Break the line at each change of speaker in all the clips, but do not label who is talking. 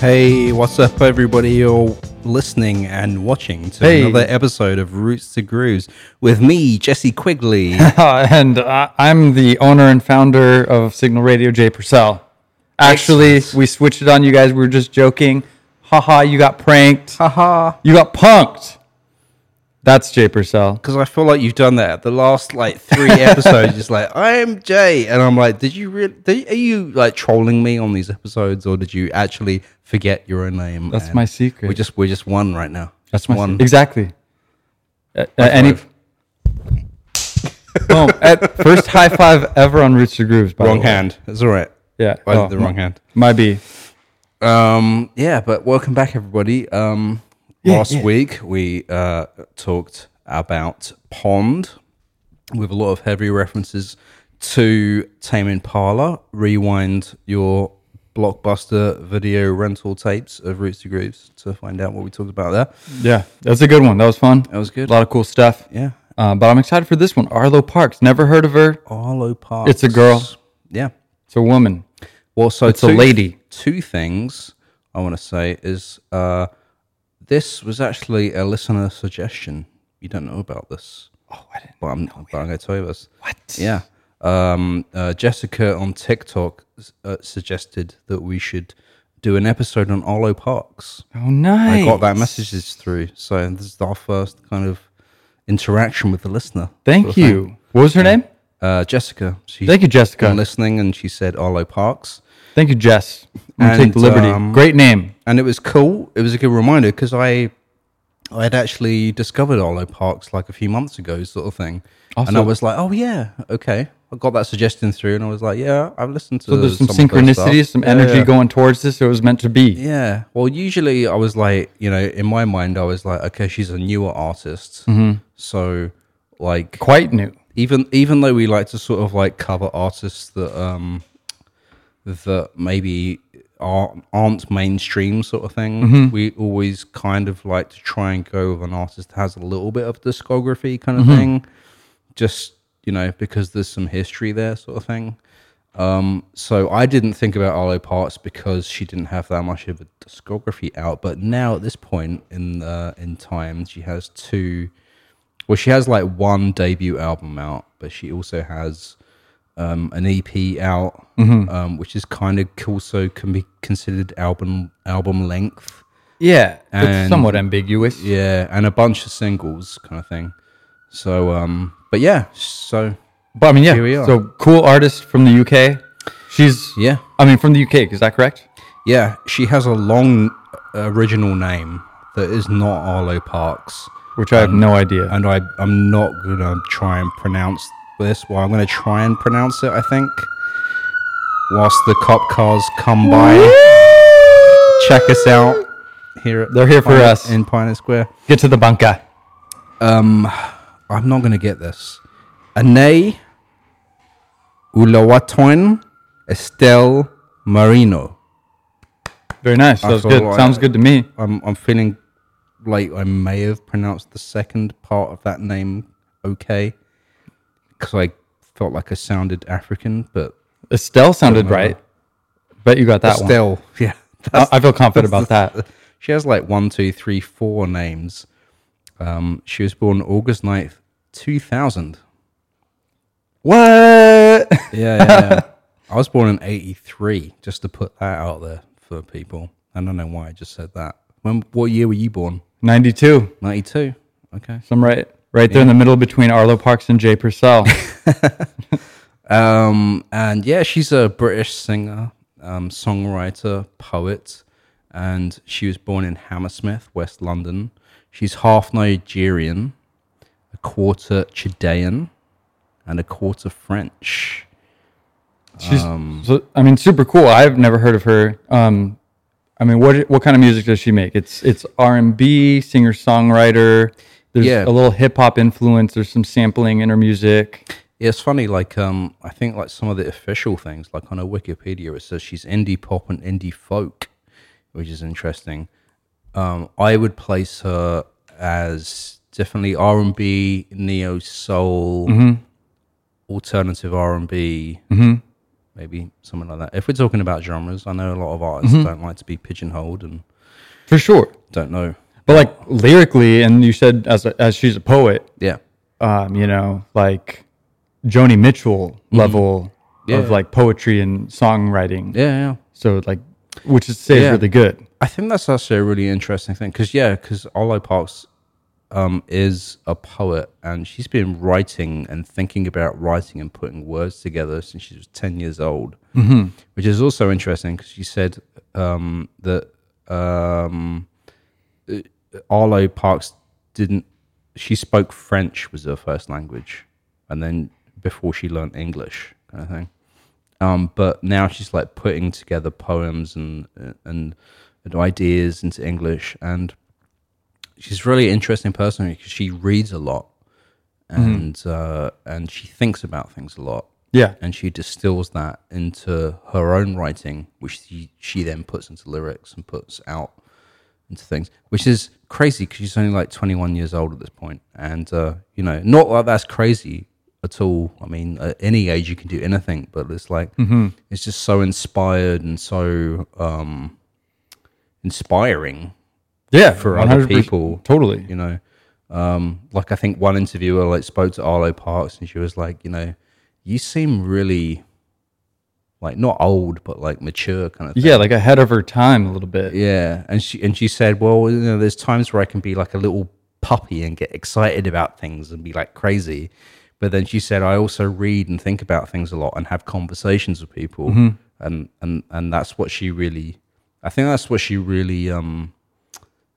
Hey, what's up, everybody? You're listening and watching to
Hey.
another episode of Roots to Grooves with me, Jesse Quigley.
Uh, and I I'm the owner and founder of Signal Radio, Jay Purcell. Actually,
Excellent.
we switched it on you guys. We were just joking. Haha, you got pranked.
Haha.
You got punked. That's Jay Purcell.
Because I feel like you've done that the last like three episodes. It's like I am Jay, and I'm like, did you really? Did, are you like trolling me on these episodes, or did you actually forget your own name?
That's
And
my secret.
We're just we're just one right now. That's
My-
one.
Exactly. At, at any.
five.
Boom. At first high five ever on Roots to Grooves. By the
Wrong
way.
hand. It's all right.
Yeah.
I did
oh,
the wrong hand.
Might be.
Um, yeah, but welcome back, everybody. Um,
Yeah,
last
yeah.
week we uh, talked about Pond with a lot of heavy references to Tame Impala. Rewind your blockbuster video rental tapes of Roots to Grooves to find out what we talked about there.
Yeah. That's a good one. That was fun.
That was good.
A lot of cool stuff.
Yeah,
Uh, but I'm excited for this one. Arlo Parks. Never heard of her.
Arlo Parks.
It's a girl.
Yeah.
It's a woman.
Well, so
It's a lady.
Two things I want to say is uh, this was actually a listener suggestion. You don't know about this.
Oh, I didn't.
but I'm, but I'm going to tell you this.
What?
Yeah. Um, uh, Jessica on TikTok s- uh, suggested that we should do an episode on Arlo Parks.
Oh, nice.
I got that messages through. So this is our first kind of interaction with the listener.
Thank
sort of thing.
you. What was her name?
Uh, Jessica. She's
Thank you, Jessica.
been listening and she said Arlo Parks.
Thank you, Jess. I'm gonna take the
And,
liberty.
um,
Great name.
And it was cool. It was a good reminder because I I had actually discovered Arlo Parks like a few months ago, sort of thing. And I
Awesome.
was like, oh yeah, okay. I got that suggestion through, and I was like, yeah, I've listened to.
So there's some
of their stuff.
synchronicities, some
Yeah,
energy
yeah.
going towards this. It was meant to be.
Yeah. Well, usually I was like, you know, in my mind, I was like, okay, she's a newer artist,
Mm-hmm.
so like
Quite new.
even even though we like to sort of like cover artists that um that maybe aren't, aren't mainstream sort of thing we always kind of like to try and go with an artist that has a little bit of discography kind of thing just you know because there's some history there sort of thing um so i didn't think about arlo parks because she didn't have that much of a discography out but now at this point in uh, in time she has two well, she has like one debut album out, but she also has um, an EP out, um, which is kind of also can be considered album album length.
Yeah.
And-
it's somewhat ambiguous.
Yeah, and a bunch of singles kind of thing. So, um, but yeah, so
But I mean, yeah.
Here we are.
So cool artist from the UK. She's
Yeah.
I mean, from the UK. Is that correct?
yeah, she has a long uh, original name that is not Arlo Parks.
Which I have no idea.
and Um, I, I'm not gonna try and pronounce this. Well, I'm gonna try and pronounce it, I think. Whilst the cop cars come by, check us out here. At
They're here for
Pioneer-
us.
in Pioneer Square.
Get to the bunker.
I'm not gonna get this. Ane Ulawaton Estelle Marino.
Very nice. That was
feel
good.
like-
Sounds good to me.
I'm I'm feeling like I may have pronounced the second part of that name okay because I felt like I sounded African, but
Estelle sounded right. Bet you got that one.
Still, yeah.
I I feel confident about that.
She has like one, two, three, four names. Um, she was born August 9th, 2000.
What?
Yeah, yeah, yeah. I was born in 83, just to put that out there for people. I don't know why I just said that. When, what year were you born?
92.
92. Okay.
Some right right there in the middle between Arlo Parks and Jay Purcell.
Um, and yeah, she's a British singer, um, songwriter, poet, and she was born in Hammersmith, West London. She's half Nigerian, a quarter Chilean, and a quarter French.
She's
Um,
so, I mean super cool. I've never heard of her. Um I mean what what kind of music does she make? It's it's R&B, singer-songwriter. There's
Yeah.
a little hip hop influence, there's some sampling in her music.
Yeah, it's funny. Like, um, I think like some of the official things, like on her Wikipedia, it says she's indie pop and indie folk, which is interesting. Um, I would place her as definitely R and B, neo soul, alternative R and B, maybe something like that. If we're talking about genres, I know a lot of artists don't like to be pigeonholed and
for sure.
don't know.
But like lyrically, and you said as a, as she's a poet,
Yeah,
um, you know, like Joni Mitchell level
Mm-hmm. Yeah.
of like poetry and songwriting.
yeah, yeah.
So like, which is say
Yeah.
is really good.
I think that's actually a really interesting thing because yeah, because Arlo Parks um, is a poet and she's been writing and thinking about writing and putting words together since she was ten years old, mm-hmm. which is also interesting because she said um, that um, uh, Arlo Parks didn't. She spoke French was her first language, and then before she learned English, kind of thing um, but now she's like putting together poems and and, and ideas into English, and she's a really interesting person because she reads a lot, and uh, and she thinks about things a lot,
Yeah.
and she distills that into her own writing, which she, she then puts into lyrics and puts out into things, which is crazy because she's only like 21 years old at this point. And, uh, you know, not like that's crazy at all. I mean, at any age you can do anything, but it's like, it's just so inspired and so um, inspiring,
Yeah.
For other
100%.
people.
Totally.
you know. Um, like I think one interviewer like spoke to Arlo Parks and she was like, you know, you seem really like not old but like mature kind of thing.
Yeah. Like ahead of her time a little bit.
Yeah, and she and she said, "Well, you know, there's times where I can be like a little puppy and get excited about things and be like crazy, but then she said I also read and think about things a lot and have conversations with people, and and and that's what she really, I think that's what she really um,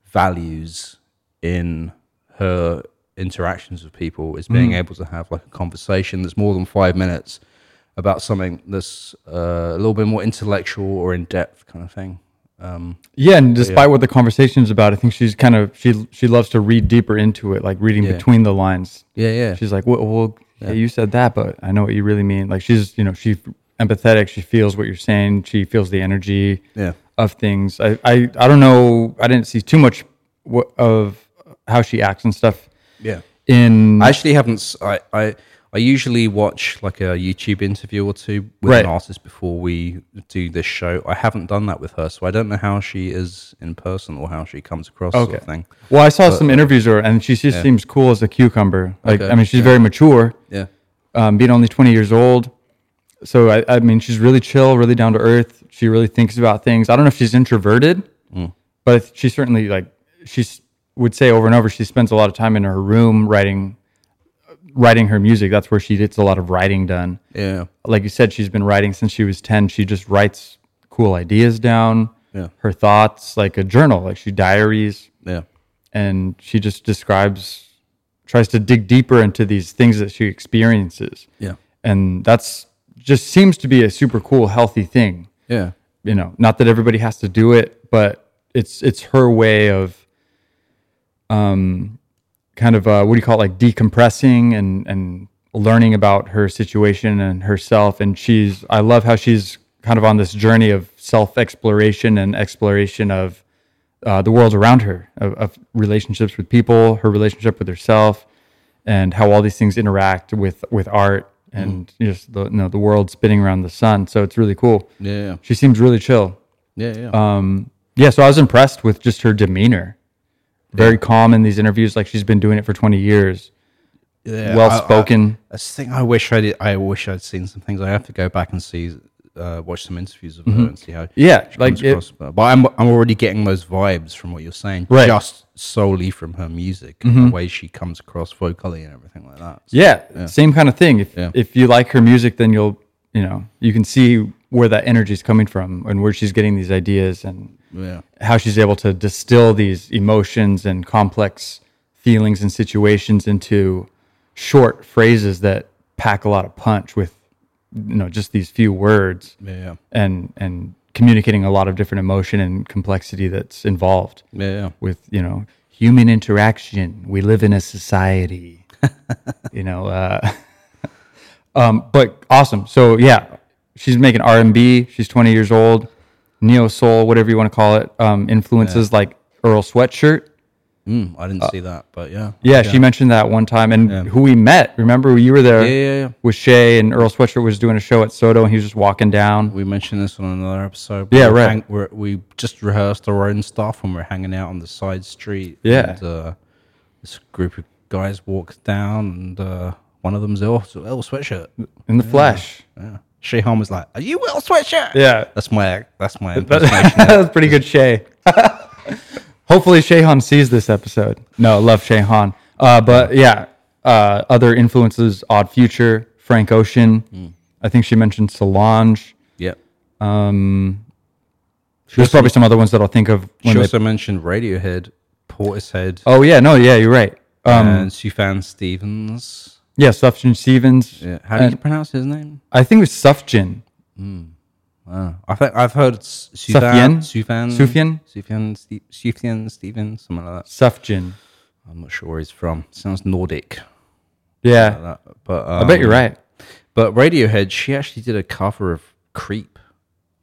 values in her interactions with people is being able to have like a conversation that's more than five minutes about something that's uh, a little bit more intellectual or in depth kind of thing. Um,
Yeah, and despite what the conversation's about, I think she's kind of she she loves to read deeper into it, like reading between the lines.
yeah, yeah,
She's like, well, well yeah, you said that, but I know what you really mean. Like she's you know she's empathetic. She feels what you're saying. She feels the energy
yeah,
of things. I I, I don't know. I didn't see too much wha- of how she acts and stuff
yeah.
in
I actually haven't. s- I I, I usually watch like a YouTube interview or two with
Right.
an artist before we do this show. I haven't done that with her, so I don't know how she is in person or how she comes across. Sort
Okay.
of thing.
Well, I saw
Uh,
some interviews of her, and she just seems cool as a cucumber. Like,
Okay,
I mean, she's very mature,
Yeah,
um, being only 20 years old. So, I, I mean, she's really chill, really down to earth. She really thinks about things. I don't know if she's introverted, but she certainly, like, she would say over and over, she spends a lot of time in her room writing writing her music. That's where she gets a lot of writing done.
yeah,
Like you said, she's been writing since she was 10. She just writes cool ideas down,
Yeah.
her thoughts, like a journal. Like, she diaries
yeah,
and she just describes tries to dig deeper into these things that she experiences
yeah,
and that's just seems to be a super cool healthy thing
yeah,
you know not that everybody has to do it but it's it's her way of um kind of uh what do you call it like decompressing and and learning about her situation and herself and she's i love how she's kind of on this journey of self exploration and exploration of uh, the world around her of, of relationships with people her relationship with herself and how all these things interact with with art and just the you know the world spinning around the sun so it's really cool
yeah,
she seems really chill.
yeah, yeah.
Um, Yeah, so I was impressed with just her demeanor. Very calm in these interviews, like she's been doing it for 20 years.
Yeah, I-
well
I-
spoken.
That's the thing. I wish I did. I wish I'd seen some things. I have to go back and see, uh, watch some interviews of her and see how.
Mm-hmm. Yeah,
she
like
comes
it-
across. But but I'm I'm already getting those vibes from what you're saying,
Right. Mm-hmm.
Just solely from her music, and the way she comes across vocally and everything like that. So,
Yeah, same kind of thing. If
Yeah.
if you like her music, then you'll you know you can see where that energy is coming from and where she's getting these ideas and
yeah,
how she's able to distill these emotions and complex feelings and situations into short phrases that pack a lot of punch with you know just these few words.
yeah, yeah,
and and communicating a lot of different emotion and complexity that's involved
yeah, yeah.
with you know human interaction we live in a society you know uh um but awesome so yeah she's making r&b she's 20 years old neo soul whatever you want to call it um influences like earl sweatshirt
Mm, I didn't see that, but yeah.
Yeah, she mentioned that one time, and who we met. Remember, you were there
Yeah, yeah, yeah.
with Shay, and Earl Sweatshirt was doing a show at Soto, and he was just walking down.
We mentioned this on another episode.
Yeah,
we
right.
we're, we just rehearsed our own stuff when we're hanging out on the side street.
Yeah.
And, uh, this group of guys walks down, and uh, one of them's El, El Sweatshirt.
in the flesh.
Yeah. Shehan was like, "Are you El Sweatshirt?"
Yeah.
That's my that's my impersonation.
that was pretty good, Shay. Hopefully, Shayhan sees this episode. No, love Shayhan. Uh, but yeah, uh, other influences: Odd Future, Frank Ocean.
Mm.
I think she mentioned Solange.
yep.
There's probably some other ones that I'll think of.
She
When they,
also mentioned Radiohead, Portishead,
oh yeah, no, yeah, you're right. Um,
and Sufjan Stevens.
yeah, Sufjan Stevens.
Yeah. How do you pronounce his name?
I think it was Sufjan.
Wow. I think I've heard S- Sufjan, Sufjan,
Sufjan? Sufjan?
Sufjan, Ste- Sufjan Stevens, something like that.
Sufjan.
I'm not sure where he's from. Sounds Nordic.
Yeah,
like that. But
I bet you're
um,
right.
But Radiohead, she actually did a cover of "Creep,"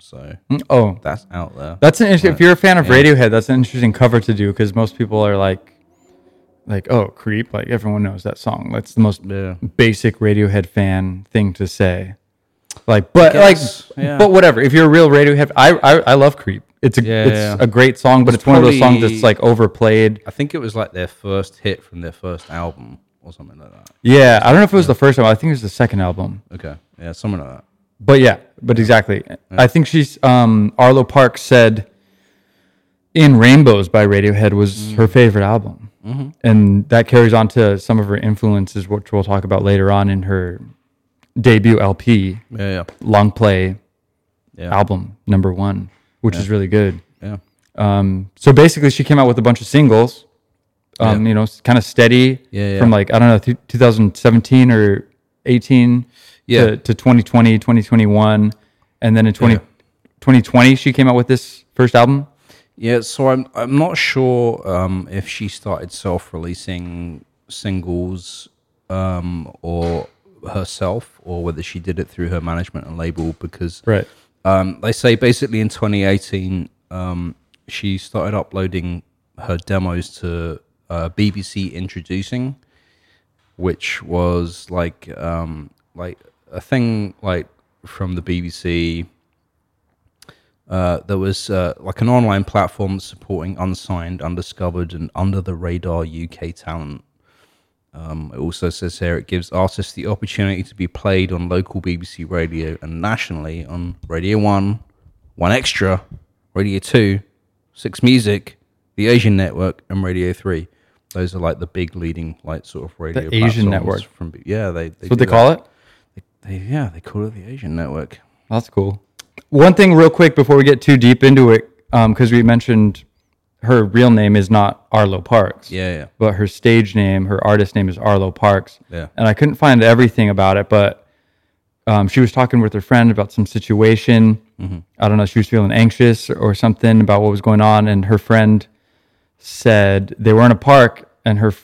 so
Mm, Oh,
that's out there.
That's an interesting. If you're a fan of Radiohead, that's an interesting cover to do because most people are like, like, oh, creep. Like everyone knows that song. That's the most
Yeah.
basic Radiohead fan thing to say. Like, but
guess,
like,
yeah.
but whatever. If you're a real Radiohead, I I, I love creep. It's a
Yeah,
it's
yeah.
a great song, but it's, one of those songs
probably-
that's like overplayed.
I think it was like their first hit from their first album or something like that.
Yeah, I don't know if it was the first album. I think it was the second album.
Okay, yeah, something like that.
But yeah, but exactly. I think she's um Arlo Park said In Rainbows by Radiohead was her favorite album. And that carries on to some of her influences which we'll talk about later on in her debut LP,
Yeah,
long play
yeah, yeah,
album number 1, which is really good.
yeah.
Um so basically she came out with a bunch of singles. Um you know, kind of steady
Yeah, yeah.
from like I don't know th- 2017 or 18
Yeah.
to, to 2020, 2021. And then in 20,
Yeah.
2020, she came out with this first album.
Yeah, so I'm I'm not sure um, if she started self-releasing singles um, or herself, or whether she did it through her management and label. Because
Right.
um, they say basically in 2018 um, she started uploading her demos to uh, BBC Introducing, which was like um, like a thing like from the BBC uh, there was uh, like an online platform supporting unsigned, undiscovered, and under the radar UK talent. Um, it also says here it gives artists the opportunity to be played on local BBC radio and nationally on Radio 1, 1 Extra, Radio 2, 6 Music, the Asian Network, and Radio 3. Those are like the big leading, like sort of radio.
Asian
platforms
Network.
from yeah, they, they
That's what
do
they call it.
that. They, yeah, they call it the Asian Network.
That's cool. One thing, real quick, before we get too deep into it, because we mentioned her real name is not Arlo Parks.
Yeah, yeah.
But her stage name, her artist name is Arlo Parks.
Yeah.
And I couldn't find everything about it, but um, she was talking with her friend about some situation. I don't know. She was feeling anxious or something about what was going on, and her friend said they were in a park, and her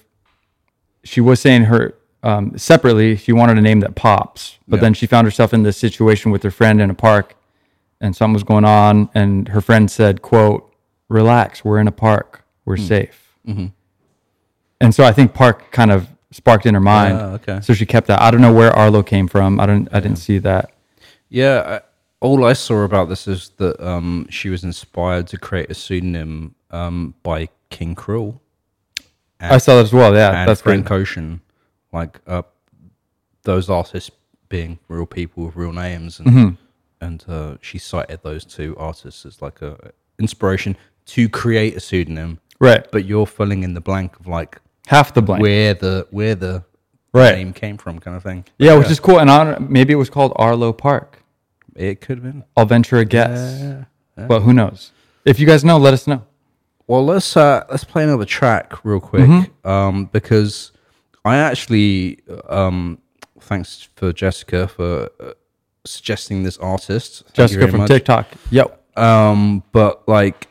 she was saying her um, separately she wanted a name that pops, but then she found herself in this situation with her friend in a park, and something was going on, and her friend said, "quote Relax, we're in a park, we're safe." And so I think park kind of sparked in her mind.
Ah, okay.
So she kept that. I don't know where Arlo came from. I don't. I didn't see that.
Yeah, I, all I saw about this is that um, she was inspired to create a pseudonym um, by King Cruel
I saw that as well. Yeah,
and
that's
Frank
great.
Ocean, like uh, those artists being real people with real names, and
Mm-hmm.
and uh, she cited those two artists as like a inspiration to create a pseudonym.
Right,
But you're filling in the blank of like
half the blank.
where the where the
Right.
name came from, kind of thing.
Yeah, which is cool. And I don't, maybe it was called Arlo Park.
It could have been.
I'll venture a guess, but who knows? If you guys know, let us know.
Well, let's uh, let's play another track real quick,
Mm-hmm.
um, because I actually, um, thanks for Jessica for uh, suggesting this artist, Thank you
Jessica
very
from
much.
TikTok. Yep.
Um, but like,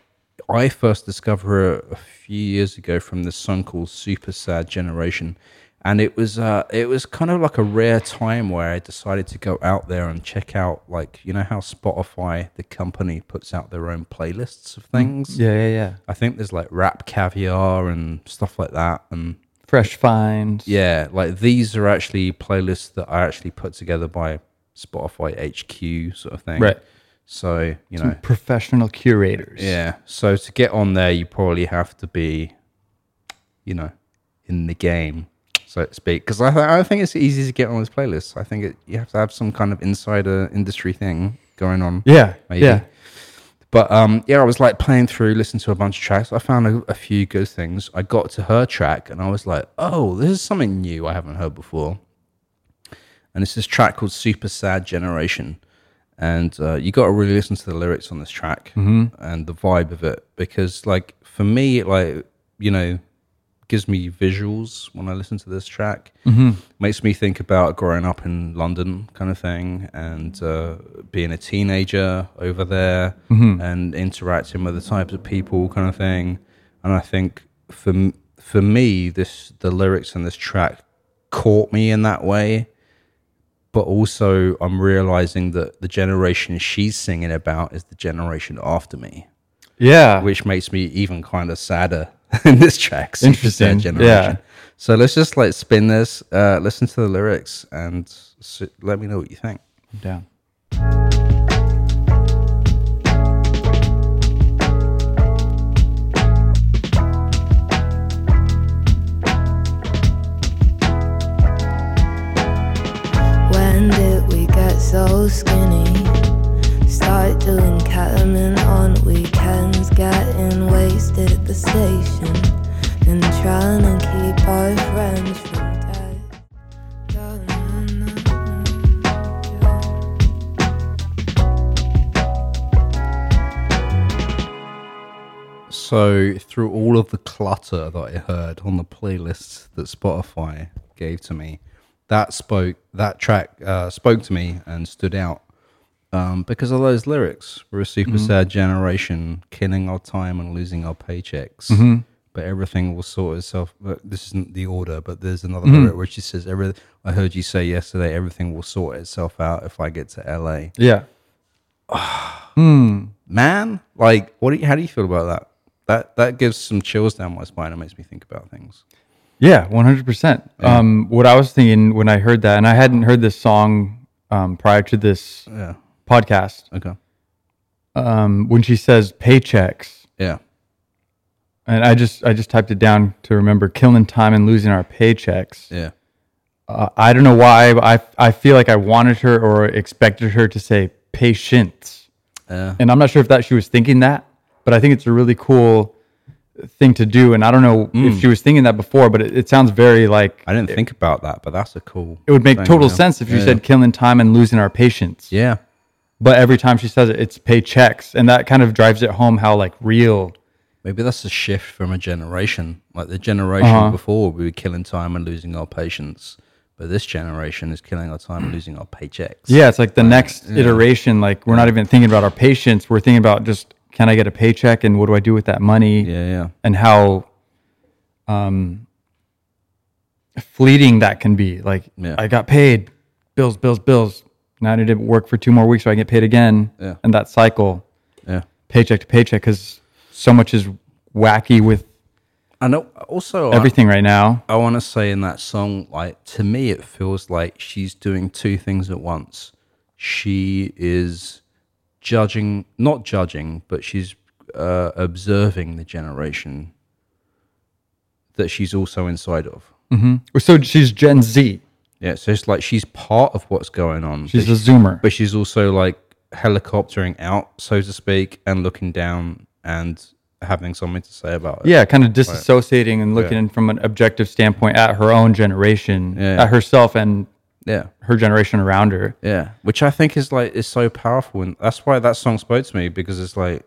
I first discovered her a few years ago from this song called "Super Sad Generation," and it was uh, it was kind of like a rare time where I decided to go out there and check out like you know how Spotify the company puts out their own playlists
Mm-hmm.
of things.
Yeah, yeah, yeah.
I think there's like rap caviar and stuff like that, and
Fresh finds.
yeah, like these are actually playlists that are actually put together by Spotify HQ sort of thing.
Right.
So you know,
Professional curators.
yeah. So to get on there, you probably have to be, you know, in the game, so to speak. Because I, th- I think it's easy to get on those playlists. I think it, you have to have some kind of insider industry thing going on.
Yeah.
Maybe.
Yeah.
But um, yeah, I was like playing through, listening to a bunch of tracks. I found a, a few good things. I got to her track and I was like, oh, this is something new I haven't heard before. And it's this track called Super Sad Generation. And uh, you got to really listen to the lyrics on this track and the vibe of it because, like, for me, it, like, you know, gives me visuals when I listen to this track. Makes me think about growing up in London, kind of thing, and uh, being a teenager over there and interacting with the types of people, kind of thing. And I think for m- for me, this the lyrics in this track caught me in that way. But also, I'm realizing that the generation she's singing about is the generation after me
Yeah.
which makes me even kind of sadder in this track. since it's their
Interesting, yeah.
So let's just like spin this, uh, listen to the lyrics, and s let me know what you think.
I'm down.
When did we get so skinny? Start doing ketamine on weekends, getting wasted at the station, and trying to keep our friends from dead.
So through all of the clutter that I heard on the playlist that Spotify gave to me, that spoke that track uh, spoke to me and stood out um, because of those lyrics. We're a super sad generation, killing our time and losing our paychecks. But everything will sort itself. uh, This isn't the order, but there's another lyric which just says, "Every." I heard you say yesterday, everything will sort itself out if I get to LA.
Yeah.
Man, like, what? Do you, how do you feel about that? That that gives some chills down my spine and makes me think about things.
Yeah, one hundred percent. Um, what I was thinking when I heard that, and I hadn't heard this song um, prior to this
Yeah.
podcast.
Okay.
Um, when she says paychecks,
Yeah.
and I just I just typed it down to remember killing time and losing our paychecks.
Yeah.
Uh, I don't know why but I I feel like I wanted her or expected her to say patience,
Yeah.
and I'm not sure if that she was thinking that, but I think it's a really cool thing to do, and I don't know
Mm.
if she was thinking that before, but it, it sounds very like
I didn't think about that, but that's a cool.
it would make
thing,
total
yeah.
sense if you
Yeah.
said killing time and losing our patience.
Yeah.
But every time she says it, it's paychecks, and that kind of drives it home how like real.
Maybe that's a shift from a generation. Like the generation before, we were killing time and losing our patience, but this generation is killing our time and losing our paychecks.
Yeah, it's like the next iteration. Like we're not even thinking about our patience; we're thinking about just can I get a paycheck and what do I do with that money,
Yeah. Yeah.
and how um, fleeting that can be. Like
Yeah.
I got paid, bills, bills, bills. Now I need to work for two more weeks so I can get paid again,
Yeah.
and that cycle.
Yeah.
paycheck to paycheck because so much is wacky with
And al- also, I-
everything right now.
I want to say in that song, like to me, it feels like she's doing two things at once. She is judging, not judging, but she's uh, observing the generation that she's also inside of. Mm-hmm.
So she's Gen Z.
Yeah, so it's like she's part of what's going on,
She's
but,
a Zoomer.
but she's also like helicoptering out, so to speak, and looking down and having something to say about it.
yeah, kind of disassociating and looking in from an objective standpoint at her own generation,
Yeah.
at herself and
yeah.
her generation around her.
Yeah, which I think is like is so powerful, and that's why that song spoke to me because it's like,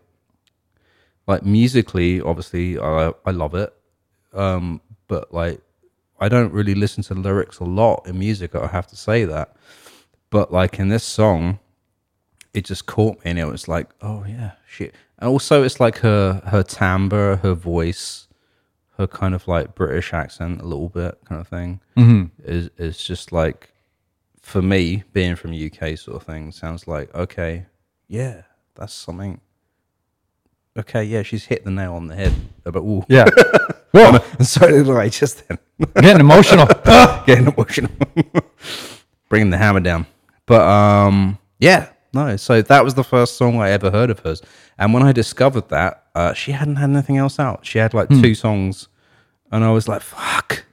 like musically, obviously, I I love it, um, but like I don't really listen to lyrics a lot in music. I have to say that, but like in this song, it just caught me, and it was like, oh yeah, shit. And also, it's like her her timbre, her voice, her kind of like British accent a little bit, kind of thing, is is just like for me being from UK sort of thing sounds like okay, yeah, that's something. Okay, yeah, she's hit the nail on the head. Uh, But ooh,
Yeah. Whoa,
so did I just then
getting emotional.
getting emotional, bringing the hammer down. But um, yeah, no. So that was the first song I ever heard of hers, and when I discovered that, uh, she hadn't had anything else out. She had like two songs, and I was like, "Fuck,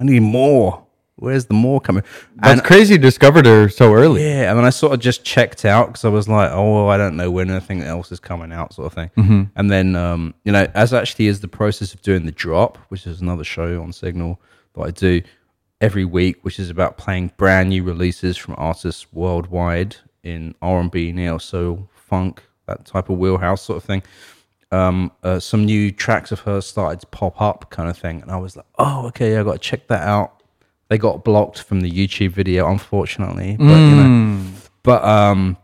I need more." Where's the more coming?
That's
and
crazy. You discovered her so early.
yeah, and then I sort of just checked out because I was like, oh, well, I don't know when anything else is coming out, sort of thing. And then, um, you know, as actually is the process of doing the drop, which is another show on Signal that I do every week, which is about playing brand new releases from artists worldwide in R and B, neo soul, funk, that type of wheelhouse, sort of thing. Um, uh, some new tracks of hers started to pop up, kind of thing, and I was like, oh, okay, I got to check that out. They got blocked from the YouTube video, unfortunately, but you know. But um,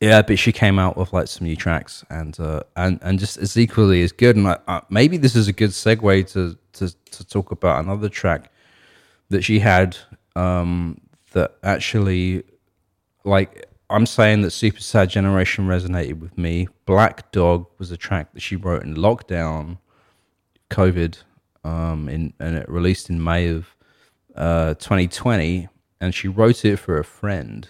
yeah, but she came out with like some new tracks and uh, and and just as equally as good. And I, I, maybe this is a good segue to to to talk about another track that she had um, that actually like I'm saying that Super Sad Generation resonated with me. Black Dog was a track that she wrote in lockdown, COVID, um, in, and it released in May of uh, 2020. And she wrote it for a friend,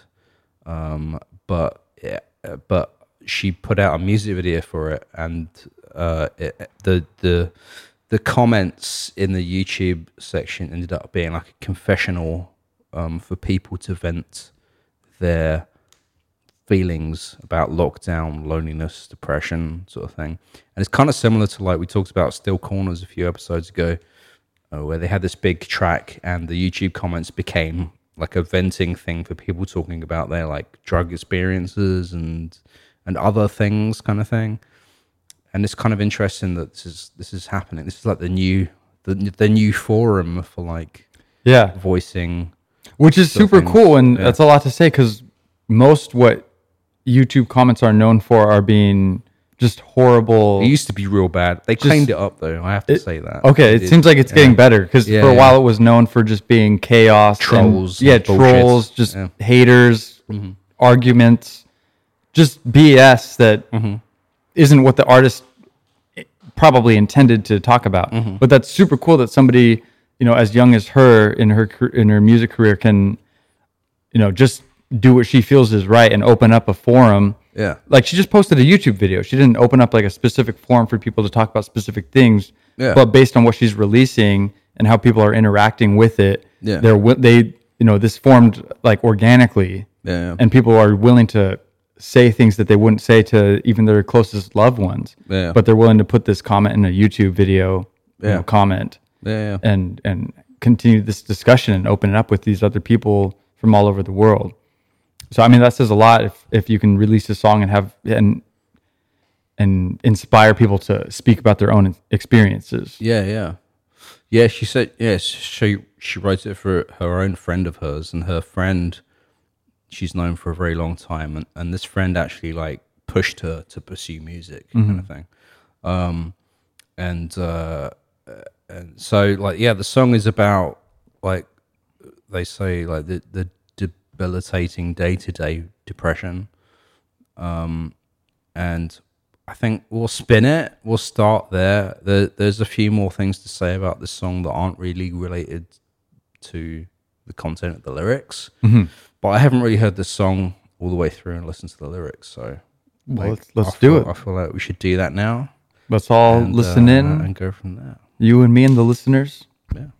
um, but yeah, uh, but she put out a music video for it, and uh, it, the the the comments in the YouTube section ended up being like a confessional um, for people to vent their feelings about lockdown, loneliness, depression, sort of thing. And it's kind of similar to like we talked about Still Corners a few episodes ago, uh, where they had this big track and the YouTube comments became like a venting thing for people talking about their like drug experiences and and other things kind of thing. And it's kind of interesting that this is this is happening. This is like the new the, the new forum for like
Yeah.
voicing
which is super
things,
cool and that's a lot to say because most what youtube comments are known for are being just horrible
It used to be real bad. They cleaned it up though. I have to say that.
okay
They
it,
did.
seems like it's getting better because
Yeah,
for a
yeah.
while it was known for just being chaos and-
Trolls and
yeah
bullshit.
trolls just
Yeah. Mm-hmm.
haters arguments just bs that
Mm-hmm.
not what the artist eh, probably intended to talk about
Mm-hmm.
but that's super cool that somebody you know as young as her in her car- in her music career can you know just do what she feels is right and open up a forum
Yeah.
like she just posted a YouTube video. She didn't open up like a specific forum for people to talk about specific things.
Yeah.
But based on what she's releasing and how people are interacting with it,
Yeah.
they're wi- they you know this formed like organically,
Yeah, yeah.
and people are willing to say things that they wouldn't say to even their closest loved ones.
Yeah.
But they're willing to put this comment in a YouTube video you
Yeah.
know, comment
Yeah, yeah.
and and continue this discussion and open it up with these other people from all over the world. So I mean that says a lot if if you can release a song and have and and inspire people to speak about their own experiences.
Yeah, yeah. Yeah, she said yes, she she wrote it for her own friend of hers and her friend she's known for a very long time and, and this friend actually like pushed her to pursue music kind of thing. Um and uh and so like yeah, the song is about like they say like the the debilitating day-to-day depression um, and I think we'll spin it. We'll start there. there. There's a few more things to say about this song that aren't really related to the content of the lyrics,
Mm-hmm.
but I haven't really heard this song all the way through and listened to the lyrics. So
Well,
like,
let's let's
I
do
feel-
it.
I feel like we should do that now.
Let's all
and,
Oh, listen
uh,
in,
and go from there.
you and me and the listeners.
Yeah.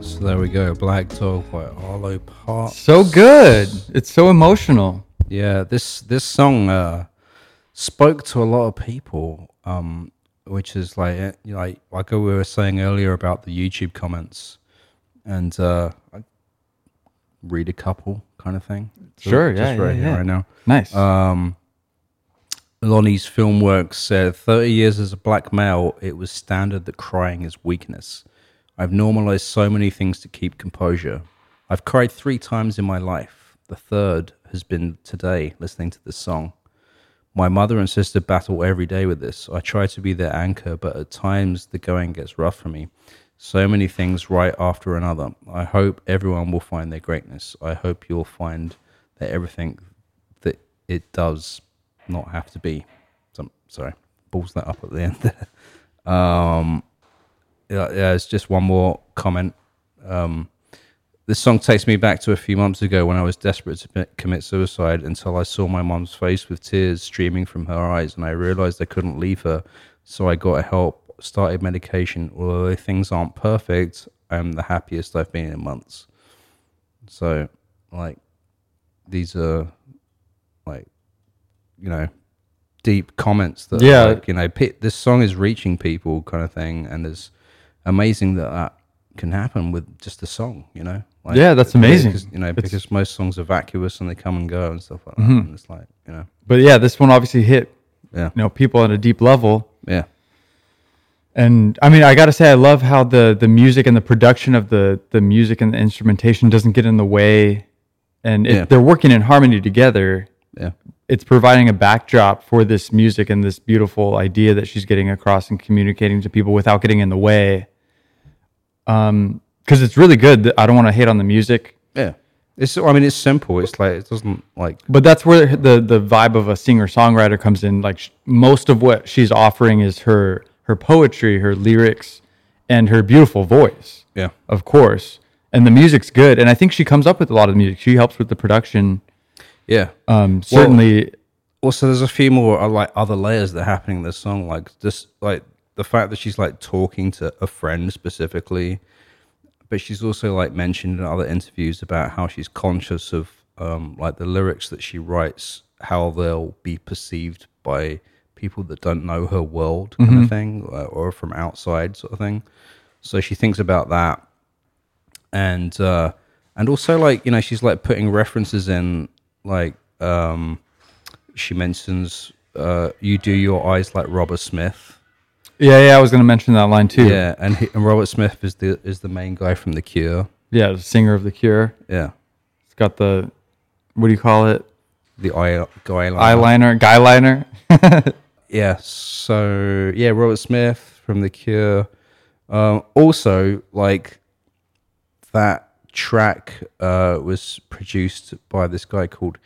So there we go. Black Dog by Arlo Parks.
So good. It's so emotional.
Yeah, this this song uh, spoke to a lot of people, um, which is like eh, you know, like like we were saying earlier about the YouTube comments, and uh, I read a couple kind of thing.
Sure, yeah,
just right
yeah,
here,
yeah.
right now.
Nice.
Uh, Lonnie's film work said 30 years as a black male, it was standard that crying is weakness. I've normalized so many things to keep composure. I've cried three times in my life. The third has been today, listening to this song. My mother and sister battle every day with this. I try to be their anchor, but at times the going gets rough for me. So many things right after another. I hope everyone will find their greatness. I hope you'll find that everything that it does not have to be. Some sorry, balls that up at the end. um, yeah, yeah, it's just one more comment. Um, this song takes me back to a few months ago when I was desperate to commit- commit suicide until I saw my mom's face with tears streaming from her eyes and I realized I couldn't leave her. So I got help, started medication. Although things aren't perfect, I'm the happiest I've been in months. So, like, these are like, you know, deep comments that,
Yeah.
like, you know, pe- this song is reaching people kind of thing. And it's amazing that that can happen with just a song, you know? Like,
Yeah, that's amazing.
because, you know,
It's- Mm-hmm.
because most songs are vacuous and they come and go and stuff like that. And it's like, you know,
but yeah, this one obviously hit
yeah,
you know people at a deep level.
yeah,
And I mean, I gotta say, I love how the the music and the production of the the music and the instrumentation doesn't get in the way, and if
Yeah.
they're working in harmony together,
yeah,
it's providing a backdrop for this music and this beautiful idea that she's getting across and communicating to people without getting in the way. Um, because it's really good. I don't want to hate on the music,
yeah. It's, I mean, it's simple. It's like, it doesn't like,
but that's where the the vibe of a singer songwriter comes in. Like sh- most of what she's offering is her her poetry, her lyrics, and her beautiful voice.
yeah,
of course. And the music's good. And I think she comes up with a lot of the music. She helps with the production.
yeah.
Um, certainly,
also there's a few more uh, like other layers that are happening in this song like just like the fact that she's like talking to a friend specifically but she's also like mentioned in other interviews about how she's conscious of um like the lyrics that she writes how they'll be perceived by people that don't know her world kind of thing uh, or from outside sort of thing so she thinks about that and uh and also like you know she's like putting references in like um she mentions uh, you do your eyes like Robert Smith.
yeah, yeah. I was going to mention that line too.
Yeah, and he, and Robert Smith is the is the main guy from The Cure.
yeah. The singer of the Cure.
Yeah,
It's got the what do you call it?
the eye guy. Like
Eyeliner, guy liner.
yeah, so yeah, Robert Smith from The Cure. Um, also, like that track uh, was produced by this guy called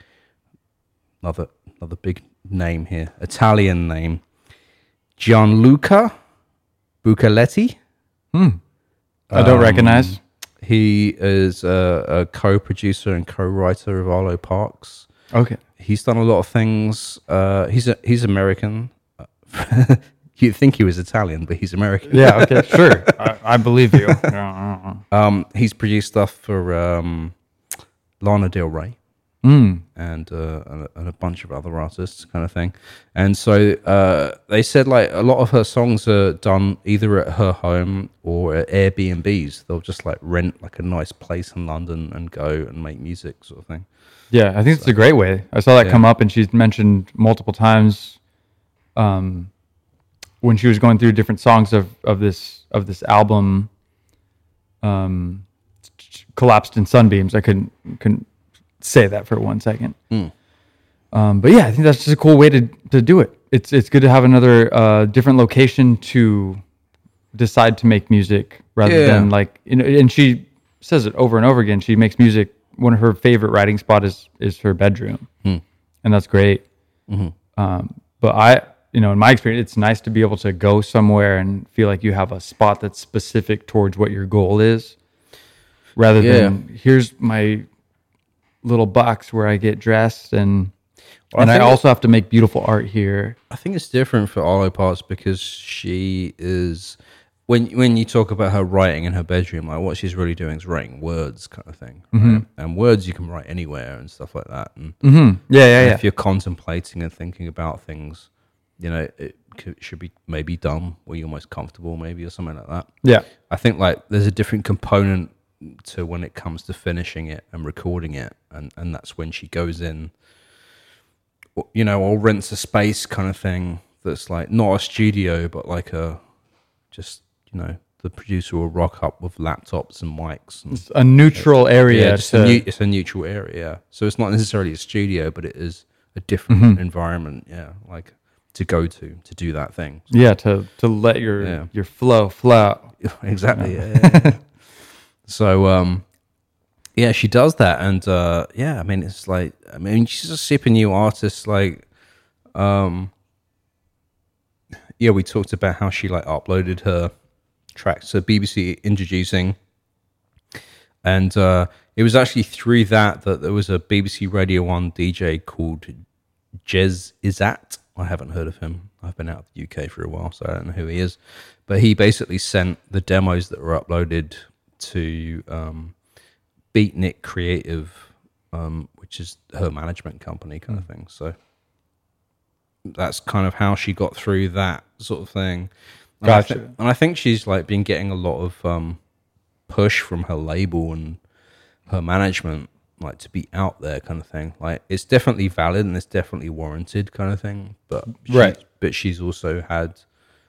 another another big name here, Italian name, Gianluca Bucaletti.
I don't recognize.
He is a, a co-producer and co-writer of Arlo Parks.
Okay.
He's done a lot of things. Uh, he's a, he's American. You'd think he was Italian, but he's American.
Yeah. Okay. Sure. I, I believe you. Yeah,
Um, he's produced stuff for um, Lana Del Rey and, uh, and a- and a bunch of other artists, kind of thing. And so uh, they said like a lot of her songs are done either at her home or at Airbnbs. They'll just like rent like a nice place in London and go and make music, sort of thing.
yeah. I think it's a great way. I saw that come up, and she's mentioned multiple times. Um, when she was going through different songs of of this of this album. Um, collapsed in sunbeams. I couldn't couldn't say that for one second. Um, but yeah, I think that's just a cool way to to do it. It's it's good to have another uh, different location to decide to make music rather
Yeah.
than like you know. And she says it over and over again. She makes music. One of her favorite writing spot is is her bedroom, and that's great. Um, but I, you know, in my experience, it's nice to be able to go somewhere and feel like you have a spot that's specific towards what your goal is rather than here's my little box where I get dressed and and I,
think-
also have to make beautiful art here.
I think it's different for Arlo Parks because she is when when you talk about her writing in her bedroom, like what she's really doing is writing words, kind of thing. right? And words you can write anywhere and stuff like that. And
Yeah, yeah,
if you're contemplating and thinking about things, you know, it c- should be maybe done where you're most comfortable, maybe or something like that.
Yeah.
I think like there's a different component to when it comes to finishing it and recording it, and and that's when she goes in, or- you know, or rents a space kind of thing that's like not a studio but like a just you know the producer will rock up with laptops and mics and
It's a neutral area.
yeah, just a
to-
new, it's a neutral area. Yeah. So it's not necessarily a studio, but it is a different environment. Yeah, like to go to to do that thing.
yeah, to to let your
Yeah.
your flow flow.
exactly. Yeah. yeah, yeah. so, um, yeah, she does that, and uh, yeah, I mean, it's like, I mean, she's a super new artist. Like, um, yeah, we talked about how she like uploaded her tracks to BBC introducing, and uh, it was actually through that that there was a BBC Radio One DJ called Jez Izat. I haven't heard of him. I've been out of the UK for a while, so I don't know who he is. But he basically sent the demos that were uploaded to um, Beatnik Creative, um, which is her management company, kind
Mm.
of thing. So that's kind of how she got through that sort of thing. And I thi-
Gotcha.
and I think she's like been getting a lot of um, push from her label and her management like to be out there kind of thing like it's definitely valid and it's definitely warranted kind of thing but she's-
Right.
but she's also had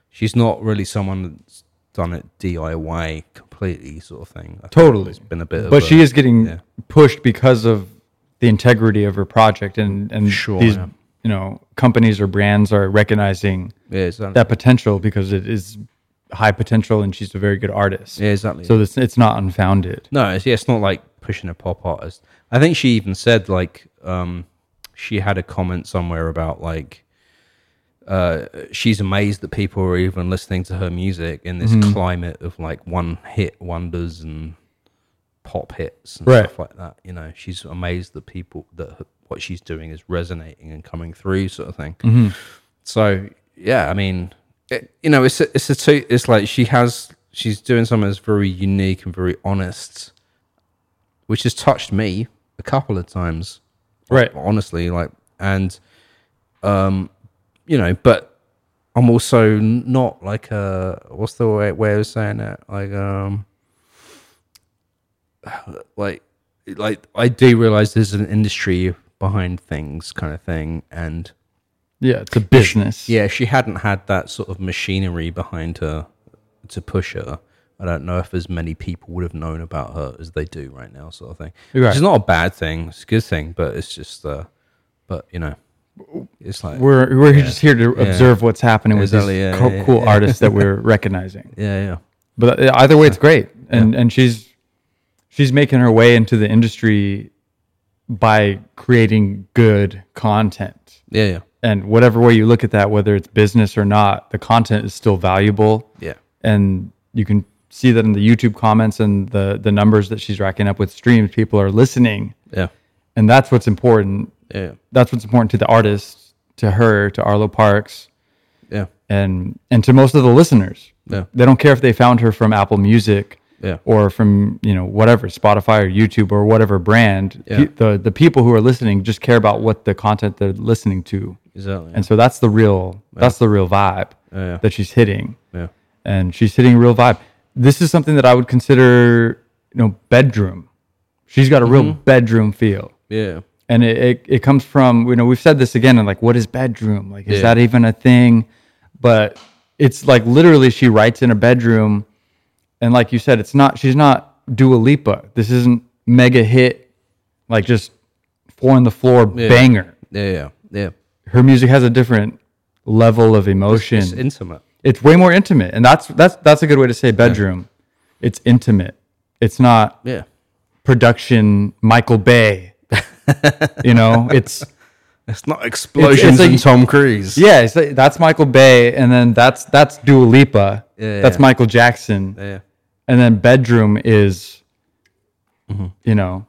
she's not really someone that's done it diy completely sort of thing I think
Totally.
it's been a bit of
but
a-
she is getting
yeah.
pushed because of the integrity of her project and and
Sure,
these
yeah.
you know companies or brands are recognizing
yeah exactly
that potential because it is high potential and she's a very good artist
yeah, exactly
so it's, it's not unfounded
No, it's, yeah, it's not like pushing a pop artist. I think she even said like um, she had a comment somewhere about like uh, she's amazed that people are even listening to her music in this
Mm-hmm.
climate of like one hit wonders and pop hits and
Right.
stuff like that. You know, she's amazed that people that h- what she's doing is resonating and coming through, sort of thing.
Mm-hmm.
So yeah, I mean, it, you know, it's a, it's a two. It's like she has she's doing something that's very unique and very honest, which has touched me a couple of times,
right
honestly. Like, and um, you know, but I'm also not like a what's the way way of saying it? Like, um, like like I do realize there's an industry behind things, kind of thing, and
yeah it's a business
yeah, if she hadn't had that sort of machinery behind her to push her, I don't know if as many people would have known about her as they do right now, sort of thing.
Right.
Which is not a bad thing; it's a good thing, but it's just, uh, but you know, it's like
we're we're just here to observe what's happening with
Exactly,
these
yeah,
co-
yeah,
cool artists that we're recognizing
yeah, yeah,
but uh, either way it's great and and she's she's making her way into the industry by creating good content
yeah, yeah,
and whatever way you look at that whether it's business or not the content is still valuable
yeah,
and you can see that in the youtube comments and the the numbers that she's racking up with streams people are listening
yeah,
and that's what's important
yeah,
that's what's important to the artist to her to arlo parks
yeah,
and and to most of the listeners
Yeah.
they don't care if they found her from apple music
yeah,
or from you know whatever Spotify or YouTube or whatever brand,
Yeah.
pe- the the people who are listening just care about what the content they're listening to,
exactly, yeah,
and so that's the real that's the real vibe
yeah.
that she's hitting,
yeah.
and she's hitting a real vibe. This is something that I would consider you know bedroom. She's got a real
Mm-hmm.
bedroom feel,
yeah.
and it, it it comes from you know we've said this again and like what is bedroom like is
Yeah.
that even a thing? But it's like literally she writes in a bedroom and like you said, it's not she's not Dua Lipa. This isn't mega hit, like just four on the floor banger.
Yeah, yeah, yeah.
Her music has a different level of emotion.
It's
It's,
intimate.
way more intimate, and that's that's that's a good way to say bedroom. It's intimate. It's not
Yeah,
production Michael Bay. you know, it's
it's not explosions
a-
and Tom Cruise.
yeah, it's like, that's Michael Bay, and then that's that's Dua Lipa.
Yeah,
that's
yeah.
Michael Jackson.
yeah,
and then bedroom is
Mm-hmm.
you know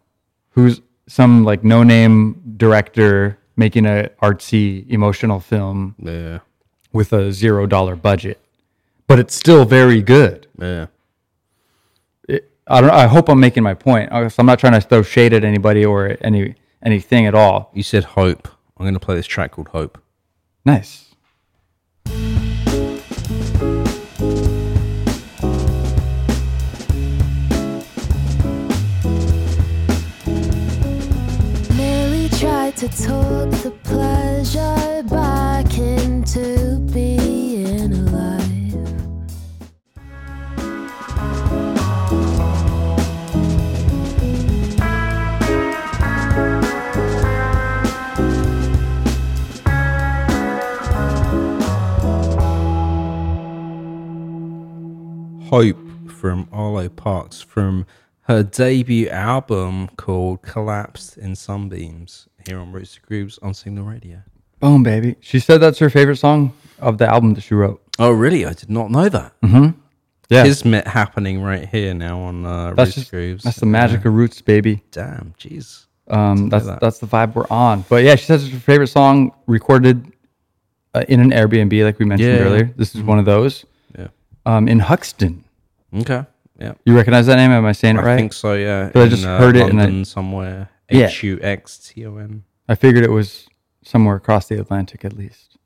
who's some like no name director making a artsy emotional film
yeah,
with a zero dollar budget but it's still very good
yeah.
it, i don't i hope i'm making my point Uh, so i'm not trying to throw shade at anybody or at any anything at all
You said hope. I'm going to play this track called Hope.
nice
Hope to talk the pleasure back into being alive.
Hope from Arlo Parks from her debut album called Collapsed in Sunbeams here on Roots to Grooves on Signal Radio.
Boom, baby. She said that's her favorite song of the album that she wrote.
Oh, really? I did not know that.
Yeah,
Kismet happening right here now on uh,
that's
Roots to
just
Grooves.
that's the magic of roots, baby.
Damn, jeez.
Um, that's
that.
that's the vibe we're on. But yeah, she says it's her favorite song recorded uh, in an Airbnb, like we mentioned
Yeah, yeah.
earlier. This is one of those
Yeah.
um, in Huxton.
Okay. Yeah.
You recognize that name? Am I saying it
I
right?
think so, yeah. uh,
But I just heard it and I-
London somewhere.
Yeah.
H U X T O N.
I figured it was somewhere across the Atlantic, at least.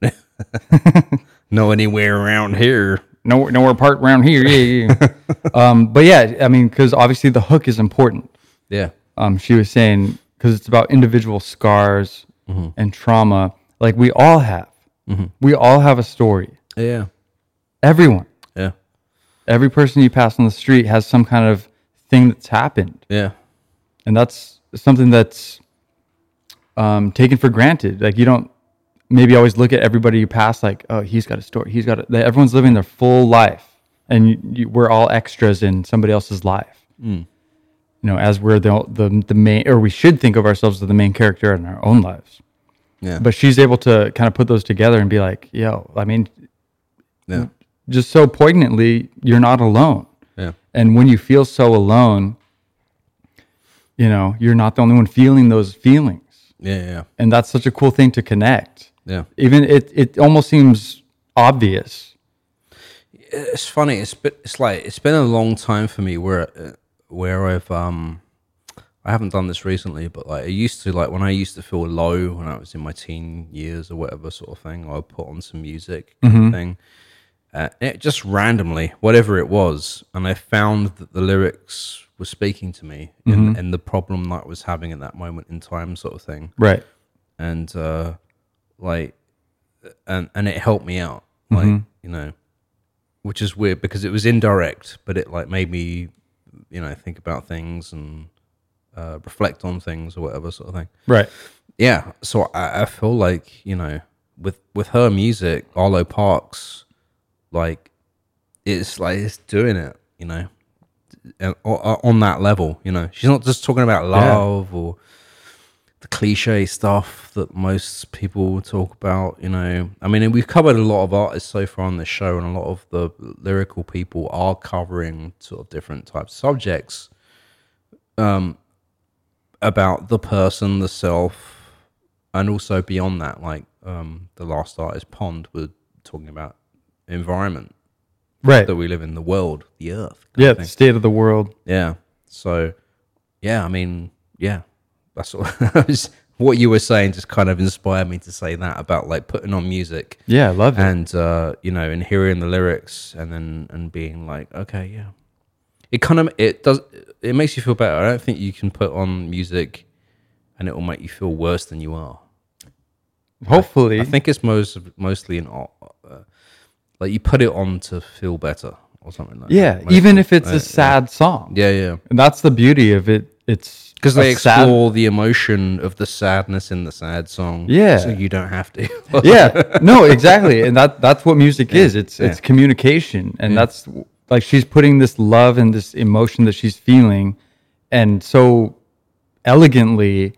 No, anywhere around here.
Nowhere, nowhere apart around here. Yeah, yeah. yeah. um, but yeah, I mean, because obviously the hook is important.
Yeah.
um, she was saying because it's about individual scars and trauma. Like we all have, we all have a story.
Yeah.
Everyone,
Yeah.
every person you pass on the street has some kind of thing that's happened,
Yeah.
and that's something that's um, taken for granted. Like you don't maybe always look at everybody you pass like, oh, he's got a story. He's got a, that everyone's living their full life, and you, you, we're all extras in somebody else's life. You know, as we're the, the the main, or we should think of ourselves as the main character in our own lives.
Yeah.
But she's able to kind of put those together and be like, yo, I mean,
Yeah.
just so poignantly, you're not alone.
Yeah.
And when you feel so alone, you know, you're not the only one feeling those feelings.
Yeah. Yeah.
And that's such a cool thing to connect.
Yeah.
Even it, it almost seems obvious.
it's funny. It's been, it's like it's been a long time for me where uh, where I've um I haven't done this recently, but like I used to like when I used to feel low when I was in my teen years or whatever sort of thing. I would put on some music kind of thing, uh, it just randomly whatever it was, and I found that the lyrics were speaking to me and, and the problem that I was having at that moment in time, sort of thing
Right.
and uh like and and it helped me out like you know which is weird because it was indirect but it like made me you know think about things and uh reflect on things or whatever sort of thing
Right.
yeah so i, I feel like you know with with her music arlo parks like it's like it's doing it you know and o- o- on that level you know she's not just talking about love or the cliche stuff that most people talk about you know i mean and we've covered a lot of artists so far on this show and a lot of the lyrical people are covering sort of different types of subjects um, about the person, the self, and also beyond that, like um, the last artist Pond were talking about environment
Right.
that we live in, the world, the earth. kind
yeah.
of
The
thing.
state of the world.
yeah. So, yeah, I mean, yeah, that's all. what you were saying just kind of inspired me to say that about like putting on music
Yeah. I love it.
and uh, you know, and hearing the lyrics and then and being like, okay, yeah, it kind of it does it makes you feel better. I don't think you can put on music and it will make you feel worse than you are.
Hopefully.
I think it's most mostly an o- uh, like you put it on to feel better or something like
yeah.
that.
Even if it's
yeah,
a sad song.
yeah, yeah,
And that's the beauty of it. It's
because they
a sad-
explore the emotion of the sadness in the sad song.
Yeah.
so you don't have to.
yeah no exactly and that that's what music is it's it's
Yeah.
communication and that's like she's putting this love and this emotion that she's feeling and so elegantly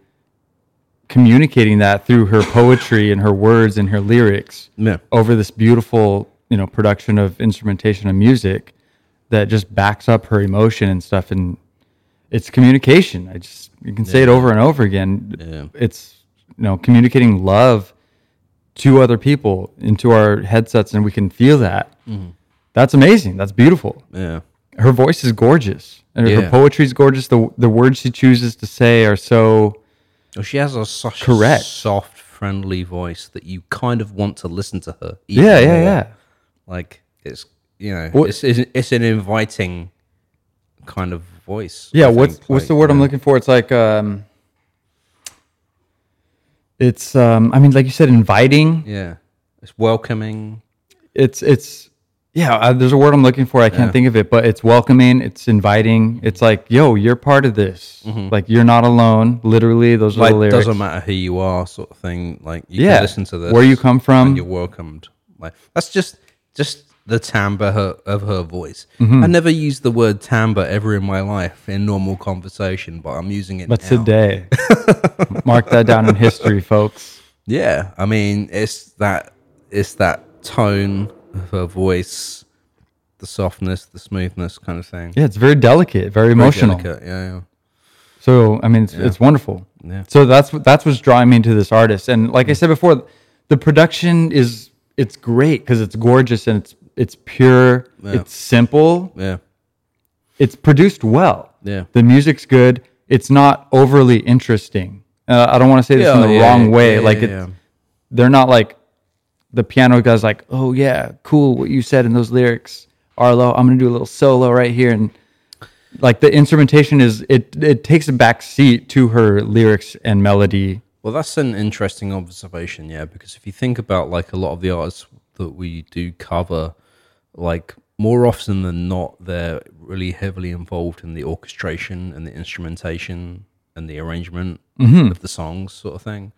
communicating that through her poetry and her words and her lyrics
Yeah.
over this beautiful you know production of instrumentation and music that just backs up her emotion and stuff and it's communication i just you can say it over and over again
Yeah.
it's you know communicating love to other people into our headsets and we can feel that
Mm-hmm.
that's amazing that's beautiful
yeah,
her voice is gorgeous and
Yeah.
her poetry is gorgeous the, the words she chooses to say are so
Well, Oh, she has a such a
Correct.
soft, friendly voice that you kind of want to listen to her. even
yeah yeah
more.
yeah
Like it's you know
What-
it's, it's it's an inviting kind of voice. I
yeah what's
think,
what's
like,
the word i'm
yeah.
looking for it's like um it's um, I mean, like you said, inviting.
Yeah. It's welcoming.
It's it's yeah. Uh, there's a word I'm looking for. I can't think of it, but it's welcoming. It's inviting. It's like, yo, you're part of this. Like you're not alone. Literally, those are
Like
the lyrics.
Mm-hmm. doesn't matter who you are, sort of thing. Like you
Yeah.
can listen to this.
Where you come from.
and you're welcomed. Like that's just just the timbre her, of her voice.
Mm-hmm.
I never used the word timbre ever in my life in normal conversation, but I'm using it
But
now.
today, mark that down in history, folks.
Yeah, I mean, it's that it's that tone of her voice, the softness, the smoothness, kind of thing.
Yeah, it's very delicate, very emotional.
Delicate, Yeah,
So I mean, it's, it's wonderful.
Yeah.
So that's what that's what's drawing me to this artist. And like I said before, the production is it's great because it's gorgeous and it's it's pure, it's simple,
yeah,
it's produced well.
Yeah.
The music's good. It's not overly interesting. Uh, I don't want to say this in
Oh, Yeah,
the
yeah,
wrong
yeah,
way.
yeah,
like
yeah,
it's, they're not like the piano guy's like, oh yeah, cool what you said in those lyrics, Arlo. I'm gonna do a little solo right here, and like the instrumentation is it it takes a back seat to her lyrics and melody.
Well, that's an interesting observation, yeah, because if you think about like a lot of the artists that we do cover, like more often than not, they're really heavily involved in the orchestration and the instrumentation and the arrangement of the songs, sort of thing.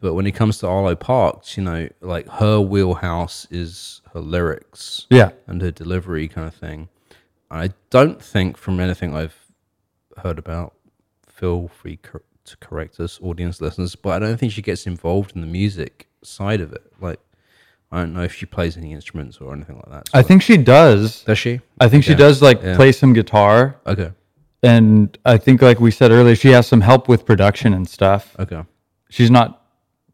But when it comes to Arlo Parks, you know, like her wheelhouse is her lyrics
Yeah,
and her delivery kind of thing. I don't think from anything I've heard about, feel free cor- to correct us, audience listeners, but I don't think she gets involved in the music side of it. Like, I don't know if she plays any instruments or anything like that. So-
I think she does.
Does she?
I think she does like
Yeah.
play some guitar,
Okay.
and I think like we said earlier, she has some help with production and stuff.
Okay.
She's not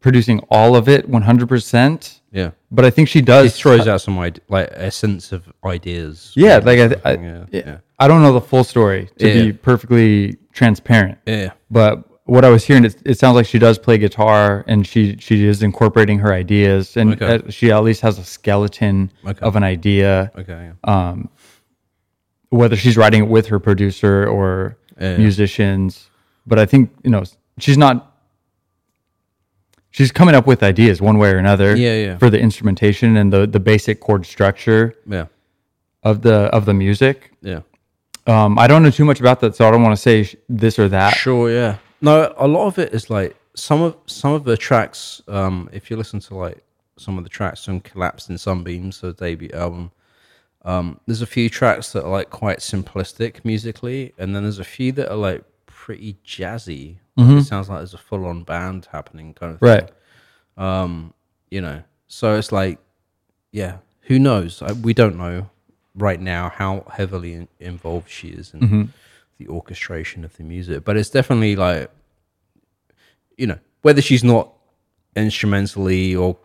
producing all of it 100, percent
Yeah. Uh,
but I think she
It
does.
throws out some ide- like essence of ideas.
yeah, like I, th- I,
Yeah.
yeah.
Yeah.
I don't know the full story to
Yeah.
be perfectly transparent.
Yeah.
but what I was hearing, it, it sounds like she does play guitar and she she is incorporating her ideas and
Okay.
uh, she at least has a skeleton
Okay.
of an idea,
Okay. Yeah.
whether she's writing it with her producer or
Yeah.
musicians. But I think you know she's not. She's coming up with ideas one way or another
Yeah, yeah.
for the instrumentation and the the basic chord structure
yeah.
of the of the music.
Yeah.
Um, I don't know too much about that, so I don't want to say sh- this or that.
Sure, yeah. No, a lot of it is like some of some of the tracks. Um, if you listen to like some of the tracks on Collapsed in Sunbeams, her debut album, um, there's a few tracks that are like quite simplistic musically, and then there's a few that are like pretty jazzy. It sounds like there's a full on band happening kind of thing,
Mm-hmm. Right.
you know. So it's like, yeah, who knows? I, we don't know right now how heavily in, involved she is in
Mm-hmm.
the orchestration of the music, but it's definitely like you know, whether she's not instrumentally or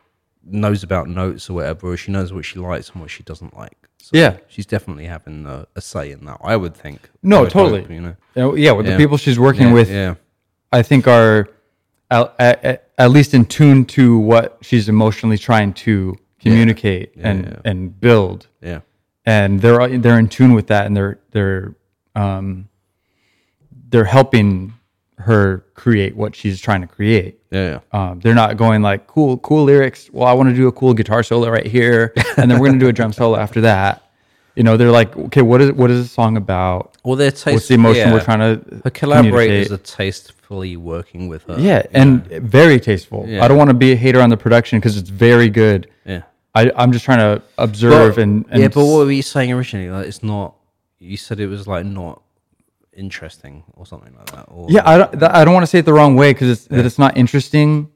knows about notes or whatever, or she knows what she likes and what she doesn't like. So
Yeah.
she's definitely having a, a say in that. I would think. I
No,
would
totally.
hope, you know,
You know, yeah, with the
Yeah.
people she's working
yeah,
with,
yeah,
I think are at, at, at least in tune to what she's emotionally trying to communicate and
yeah.
and build,
yeah,
and they're they're in tune with that, and they're they're um, they're helping her create what she's trying to create.
yeah, yeah.
Um, they're not going like cool cool lyrics. Well, I want to do a cool guitar solo right here, and then we're gonna do a drum solo after that. You know, they're like, okay, what is what is this song about?
Well, their taste.
What's the emotion
yeah.
we're trying to
Her
communicate?
collaborators are tastefully working with her.
Yeah, and very tasteful. I
Yeah.
don't want to be a hater on the production because it's very good.
yeah.
I, I'm just trying to observe and, and
yeah, but what were you saying originally? Like, it's not. You said it was like not interesting or something like that. Or
yeah, I don't, th- I don't want to say it the wrong way because it's that it's not interesting.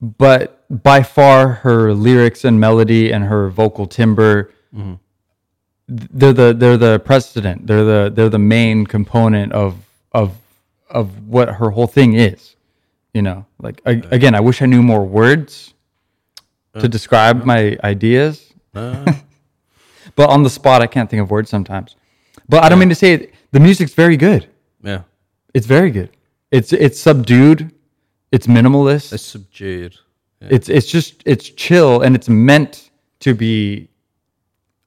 But by far, her lyrics and melody and her vocal timbre, th- they're the they're the precedent. They're the they're the main component of of of what her whole thing is. You know, like a, again, I wish I knew more words to describe my ideas. but on the spot, I can't think of words sometimes. But I don't mean to say it, the music's very good.
yeah.
It's very good. It's it's subdued. It's minimalist.
It's subdued.
It's it's just it's chill and it's meant to be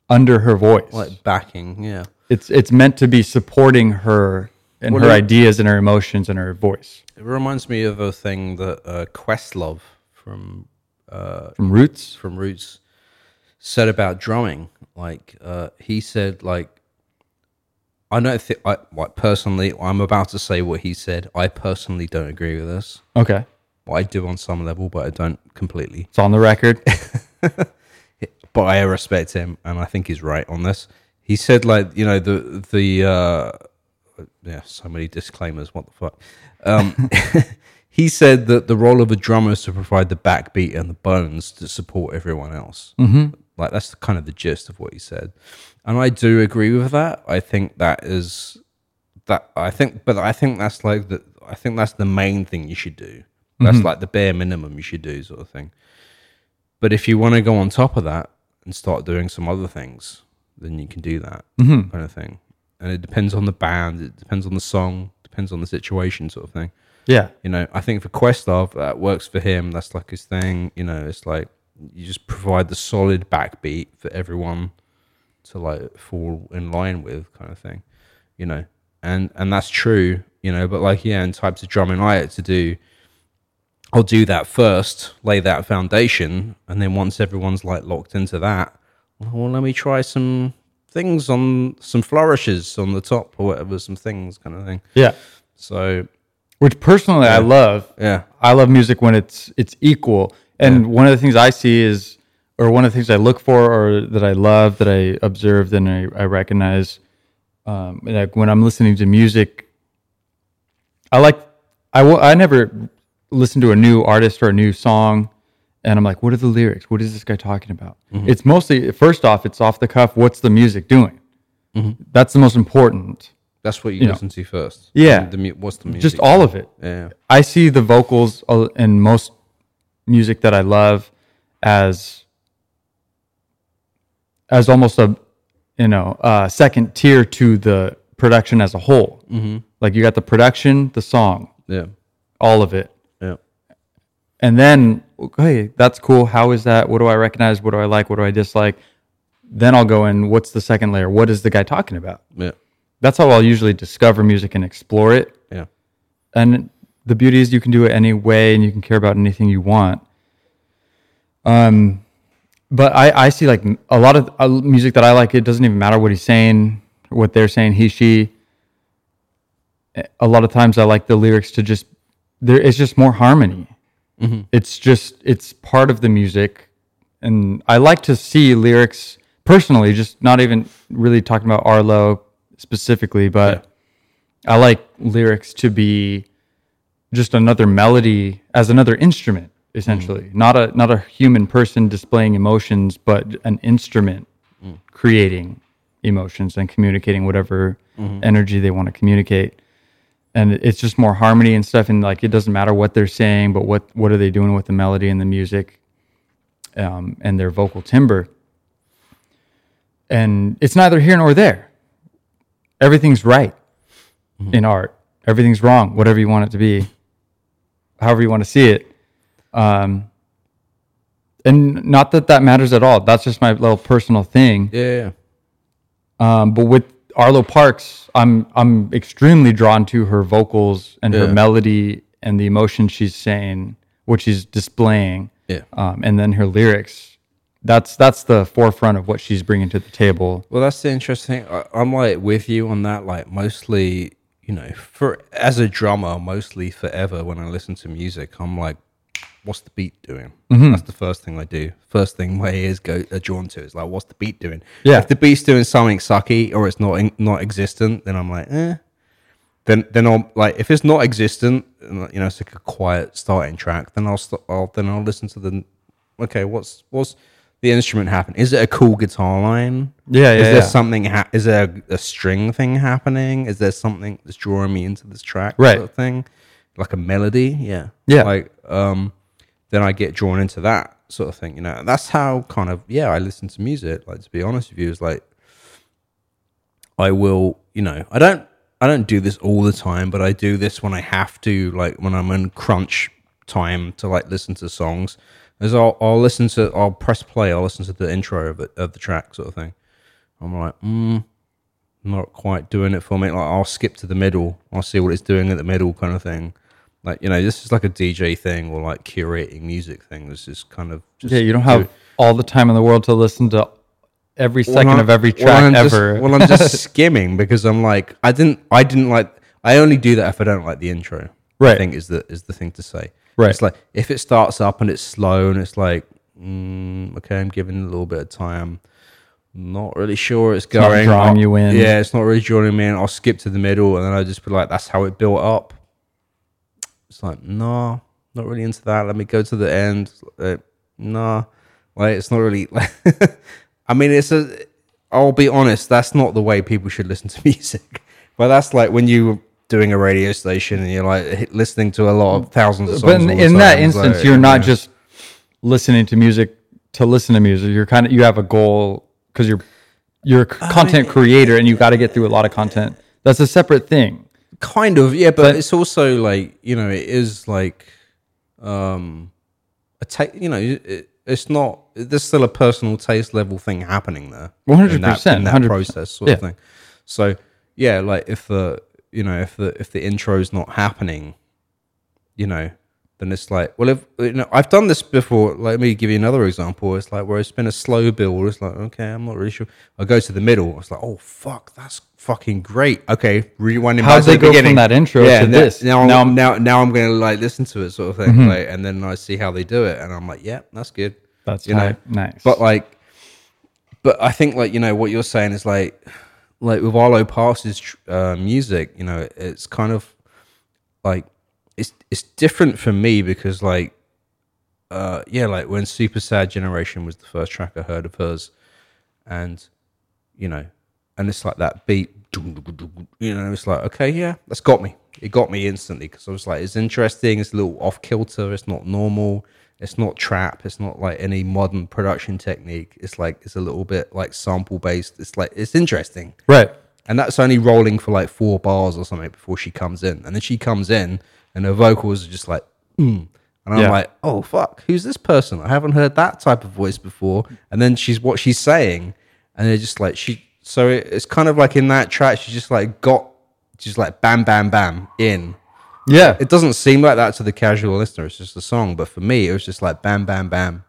under her voice.
Like backing. Yeah.
It's it's meant to be supporting her and
Well,
her
it-
ideas and her emotions and her voice
It reminds me of a thing that uh, Questlove from
from Roots.
from Roots said about drumming. Like uh, he said, like I don't think I like personally. I'm about to say what he said. I personally don't agree with this.
Okay,
Well, I do on some level, but I don't completely.
it's on the record.
But I respect him, and I think he's right on this. He said, like you know, the the uh, yeah, so many disclaimers. What the fuck? Um, he said that the role of a drummer is to provide the backbeat and the bones to support everyone else. Mm-hmm. Like that's the, kind of the gist of what he said, and I do agree with that. I think that is that I think, but I think that's like the I think that's the main thing you should do. That's like the bare minimum you should do, sort of thing. But if you want to go on top of that and start doing some other things, then you can do that kind of thing. And it depends on the band, it depends on the song, depends on the situation, sort of thing.
yeah,
You know, I think for Questlove, that works for him. That's like his thing. You know, it's like you just provide the solid backbeat for everyone to like fall in line with, kind of thing. You know, and and that's true. You know, but like yeah, in types of drumming, I had to do. I'll do that first, lay that foundation, and then once everyone's like locked into that, oh, well, let me try some things on some flourishes on the top or whatever, some things kind of thing.
yeah.
So
Which personally I love.
yeah,
I love music when it's it's equal. And one of the things I see is, or one of the things I look for, or that I love, that I observed and I, I recognize, um, like when I'm listening to music, I like I will I never listen to a new artist or a new song, and I'm like, what are the lyrics? What is this guy talking about? It's mostly first off, it's off the cuff. What's the music doing? That's the most important.
That's what you,
know.
listen to first.
Yeah.
The, mu- what's the music?
Just all of it.
Yeah.
I see the vocals uh, in most music that I love as as almost a you know uh, second tier to the production as a whole. Mm-hmm. Like you got the production, the song,
Yeah.
all of it,
Yeah.
and then okay, that's cool. How is that? What do I recognize? What do I like? What do I dislike? Then I'll go in. What's the second layer? What is the guy talking about?
Yeah.
That's how I'll usually discover music and explore it.
Yeah.
and the beauty is you can do it any way and you can care about anything you want um but i i see like m- a lot of uh, music that i like it doesn't even matter what he's saying what they're saying he she Eh, a lot of times i like the lyrics to just there it's just more harmony it's just it's part of the music and i like to see lyrics personally just not even really talking about arlo specifically but I like lyrics to be just another melody as another instrument, essentially. Not a not a human person displaying emotions, but an instrument creating emotions and communicating whatever energy they want to communicate. And it's just more harmony and stuff, and like it doesn't matter what they're saying, but what what are they doing with the melody and the music, um, and their vocal timbre. And it's neither here nor there. Everything's right in art. Everything's wrong, whatever you want it to be, however you want to see it. Um, and not that that matters at all. That's just my little personal thing.
Yeah.
Um, but with Arlo Parks, I'm I'm extremely drawn to her vocals and her
Yeah.
melody and the emotion she's saying, what she's displaying,
Yeah.
um, and then her lyrics. That's that's the forefront of what she's bringing to the table.
Well, that's the interesting. thing. I, I'm like with you on that. Like mostly, you know, for as a drummer, mostly forever when I listen to music, I'm like, what's the beat doing?
Mm-hmm.
That's the first thing I do. First thing my ears go are drawn to is like, what's the beat doing?
Yeah.
If the beat's doing something sucky or it's not in, not existent, then I'm like, eh. Then then I'll like if it's not existent, and, you know, it's like a quiet starting track. Then I'll st- I'll then I'll listen to the. Okay, what's what's the instrument happen? Is it a cool guitar line?
Yeah, yeah,
Is
yeah.
there something? Ha- is there a, a string thing happening? Is there something that's drawing me into this track?
Right.
Sort of thing, like a melody. Yeah.
Yeah.
Like um, then I get drawn into that sort of thing. You know, And that's how kind of yeah I listen to music. Like to be honest with you, is like I will. You know, I don't. I don't do this all the time, but I do this when I have to, like when I'm in crunch time to like listen to songs. Is I'll, I'll listen to, I'll press play, I'll listen to the intro of, it, of the track, sort of thing. I'm like, mm, not quite doing it for me. Like I'll skip to the middle. I'll see what it's doing at the middle, kind of thing. Like you know, this is like a DJ thing or like curating music thing. This is kind of just
Yeah, you don't have all the time in the world to listen to every second
Well,
of every
well, I'm
track
just-
ever.
well, I'm just skimming because I'm like, I didn't, I didn't like. I only do that if I don't like the intro. I
Right.
think is the is the thing to say.
Right.
It's like if it starts up and it's slow and it's like, mm, okay, I'm giving it a little bit of time. Not really sure it's
not
going.
drawing
I'll-
you in.
Yeah, it's not really drawing me in. I'll skip to the middle and then I'll just be like, that's how it built up. It's like, nah, not really into that. Let me go to the end. Uh, nah, like it's not really. I mean, it's a. I'll be honest. That's not the way people should listen to music. But that's like when you're doing a radio station and you're like h- listening to a lot of thousands of songs.
but in,
all the
in that
time, it's
instance,
like,
you're not
yeah.
just listening to music to listen to music. You're kind of you have a goal because you're you're a c- content creator and you got to get through a lot of content. That's a separate thing.
kind of yeah, but, it's also like you know it is like um a ta- you know it, it's not there's still a personal taste level thing happening there. in that-
100%,
in that
100%.
process sort of
Yeah.
thing. So yeah, like if the you know if the if the intro's not happening, you know, then it's like well if you know I've done this before. Let me give you another example. It's like where it's been a slow build. It's like okay, I'm not really sure. I go to the middle. It's like oh fuck, that's fucking great. Okay, rewinding. back to
How'd they
the
go from
beginning.
that intro to
now,
this?
Now,
Now
now,
I'm- Mm-hmm.
now, now I'm going to like listen to it, sort of thing, like, and then I see how they do it, and I'm like, yeah, that's good.
That's
You know,
tight. nice.
But like, but I think like you know what you're saying is like, like with Arlo Parks' tr- uh, music, you know, it's kind of like it's it's different for me because like, uh, yeah, like when Super Sad Generation was the first track I heard of hers, and you know, and it's like that beat, you know, it's like okay, yeah, that's got me. It got me instantly because I was like, it's interesting. It's a little off kilter. It's not normal. It's not trap. It's not like any modern production technique. It's like it's a little bit like sample based. It's like it's interesting
right.
and that's only rolling for like four bars or something before she comes in. And then she comes in, and her vocals are just like, mm. and I'm
Yeah.
like, oh fuck, who's this person? I haven't heard that type of voice before. And then she's what she's saying, and they're just like she. So it, it's kind of like in that track, she just like got, just like bam, bam, bam in.
Yeah.
It doesn't seem like that to the casual listener. It's just a song, but for me, it was just like bam, bam, bam.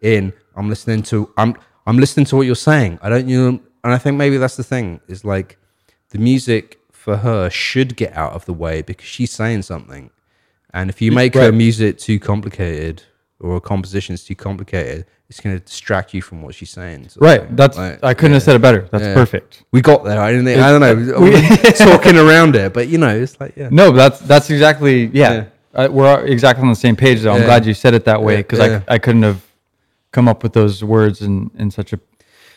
In I'm listening to I'm I'm listening to what you're saying. I don't you know, and I think maybe that's the thing is like the music for her should get out of the way because she's saying something, and if you make her
right.
music too complicated or her composition's too complicated, it's going to distract you from what she's saying. So
right. That's
Like,
I couldn't have said it better. That's perfect.
we got there. I, didn't think, I don't know. We, are talking around it, but you know, it's like yeah.
No, but that's that's exactly yeah.
Yeah.
Uh, we're exactly on the same page though. I'm
Yeah.
glad you said it that way
Yeah,
because
yeah.
I I couldn't have come up with those words in in such a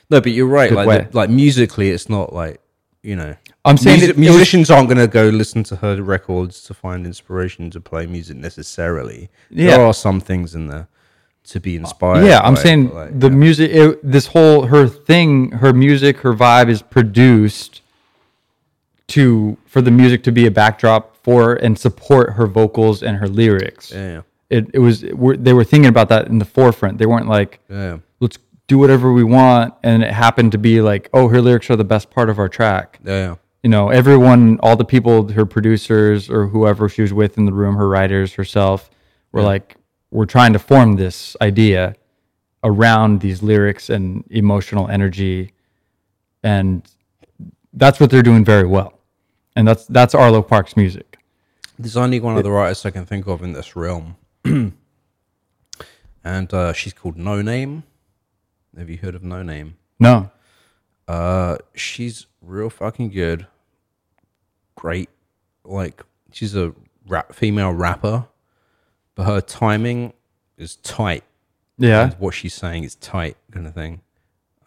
No, but you're right. Like,
way.
the- like musically, it's not like you know.
I'm saying
music-
it- it was-
musicians aren't going to go listen to her records to find inspiration to play music necessarily. There
Yeah. Uh,
are some things in there to be inspired.
yeah i'm
by,
saying
but, like,
the
yeah.
music it, this whole her thing her music her vibe is produced to for the music to be a backdrop for and support her vocals and her lyrics
yeah,
it, it was it were, they were thinking about that in the forefront they weren't like
yeah,
let's do whatever we want and it happened to be like oh her lyrics are the best part of our track
yeah,
you know, everyone, all the people, her producers or whoever she was with in the room, her writers, herself, were like, we're trying to form this idea around these lyrics and emotional energy. And that's what they're doing very well. And that's that's Arlo Parks music.
There's only one of the writers I can think of in this realm, and uh, she's called No Name. Have you heard of No Name?
No.
Uh, she's real fucking good. Great. Like she's a rap female rapper, but her timing is tight.
Yeah.
And what she's saying is tight, kind of thing.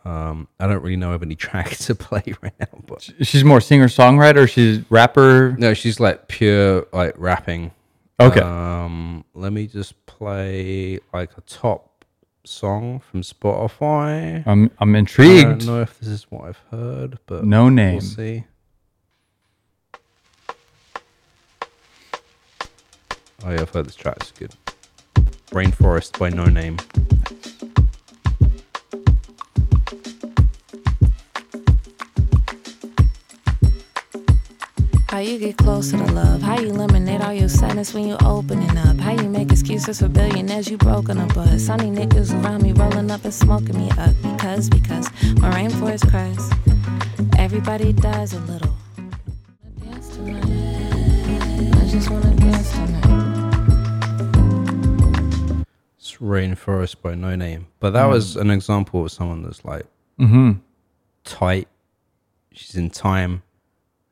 Um, I don't really know of any track to play right now, but
She's more singer songwriter, she's rapper.
no, she's like pure like rapping.
Okay.
Um, let me just play like a top song from Spotify.
I'm I'm
I don't
intrigued.
know if this is what I've heard, but
No name.
uh, We'll see. Oh yeah, I've heard this track. It's good. Rainforest by No Name.
How you get closer to love? How you eliminate all your sadness when you opening up? How you make excuses for billionaires you broken a bus? Sunny niggas around me rolling up and smoking me up because because my rainforest cries. Everybody dies a little. I dance tonight. I just wanna dance tonight.
It's Rainforest by No Name. But that was an example of someone that's like Mm-hmm. tight. She's in time.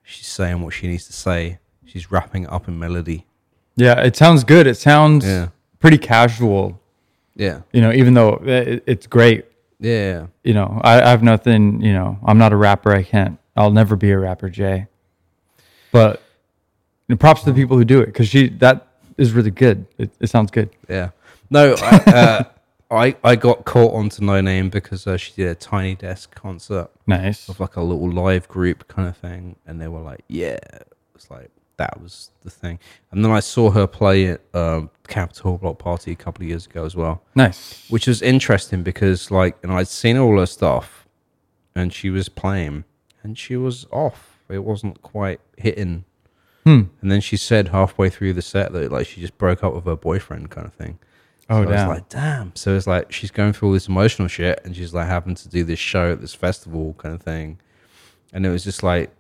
She's saying what she needs to say. She's wrapping it up in melody.
Yeah, it sounds good. It sounds
Yeah.
pretty casual,
Yeah.
you know, even though it, it's great.
Yeah.
You know, I, I have nothing, you know, I'm not a rapper. I can't, I'll never be a rapper, Jay. But you know, props to the people who do it because she, that is really good. It, it sounds good.
Yeah. No, I, uh, I, I got caught onto No Name because uh, she did a Tiny Desk concert.
Nice.
of like a little live group kind of thing, and they were like, "Yeah," it's like that was the thing. And then I saw her play at um, Capitol Block Party a couple of years ago as well,
Nice.
which was interesting because like, and I'd seen all her stuff, and she was playing, and she was off. It wasn't quite hitting.
Hmm.
And then she said halfway through the set that like she just broke up with her boyfriend kind of thing.
Oh,
so I
damn.
was like, damn. So it's like she's going through all this emotional shit and she's like having to do this show at this festival kind of thing. And it was just like,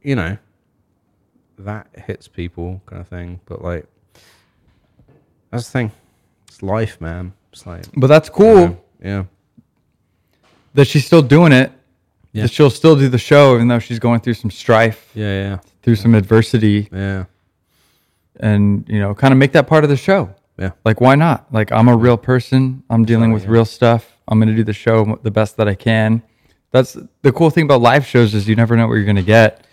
you know, that hits people kind of thing. But like, that's the thing. It's life, man. It's like,
but that's cool
yeah.
that she's still doing it.
Yeah.
That she'll still do the show, even though she's going through some strife,
Yeah.
through some adversity,
Yeah. Yeah.
and you know, kind of make that part of the show.
Yeah.
Like, why not? Like, I'm a real person. I'm dealing
Oh,
with real stuff. I'm going to do the show the best that I can. That's the cool thing about live shows is you never know what you're going to get.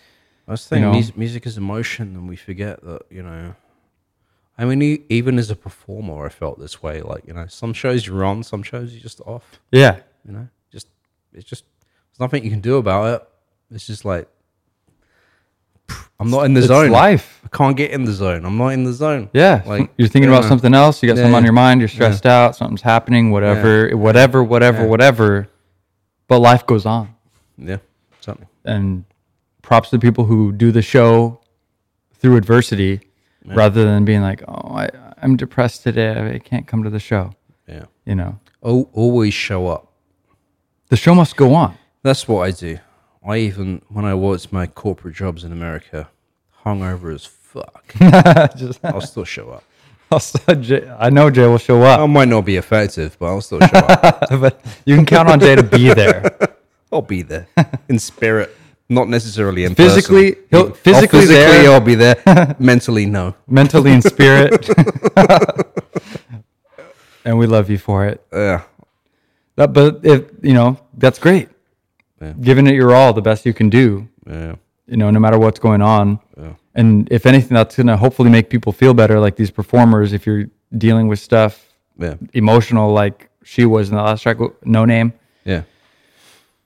That's the thing.
know?
Music, music is emotion, and we forget that. You know, I mean, e- even as a performer, I felt this way. Like you know, some shows you're on, some shows you're just off.
Yeah.
You know, just it's just there's nothing you can do about it. It's just like pff, I'm not in the
It's
zone.
life.
I can't get in the zone. I'm not in the zone.
Yeah.
like
you're thinking
you
about
know,
something else. You got
Yeah,
something on
yeah.
your mind. You're stressed out. Something's happening, whatever, whatever, whatever,
Yeah.
whatever. But life goes on.
Yeah, something.
and props to people who do the show through adversity rather than being like, oh, I, I'm depressed today. I can't come to the show.
Yeah.
You know,
Oh, always show up.
the show must go on.
That's what I do. I even when I was my corporate jobs in America, hungover as fuck.
Just,
I'll still show up.
I'll still- Jay- I know Jay will show up,
I might not be effective, but I'll still show up.
but you can count on Jay to be there.
I'll be there in spirit, not necessarily in
Physically-
person.
he'll-
I'll
physically there.
I'll be there. Mentally, no.
Mentally and spirit. and we love you for it.
Yeah,
But, but if, you know, that's great.
Yeah.
Giving it your all, the best you can do.
yeah,
you know, no matter what's going on. And if anything, that's going to hopefully make people feel better, like these performers, if you're dealing with stuff
yeah,
emotional, like she was in the last track, No Name.
yeah.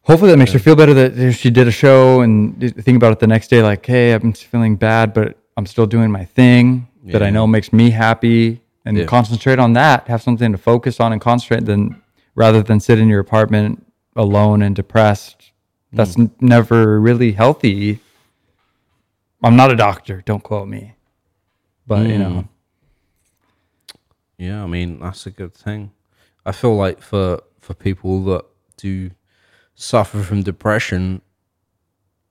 Hopefully that makes her feel better that you know, she did a show and you think about it the next day, like, hey, I'm feeling bad, but I'm still doing my thing that I
Yeah.
know makes me happy and
Yeah.
concentrate on that, have something to focus on and concentrate than rather than sit in your apartment alone and depressed.
Hmm.
That's n- never really healthy. I'm not a doctor, don't quote me. But you
Hmm.
know,
Yeah, I mean that's a good thing. I feel like for for people that do suffer from depression,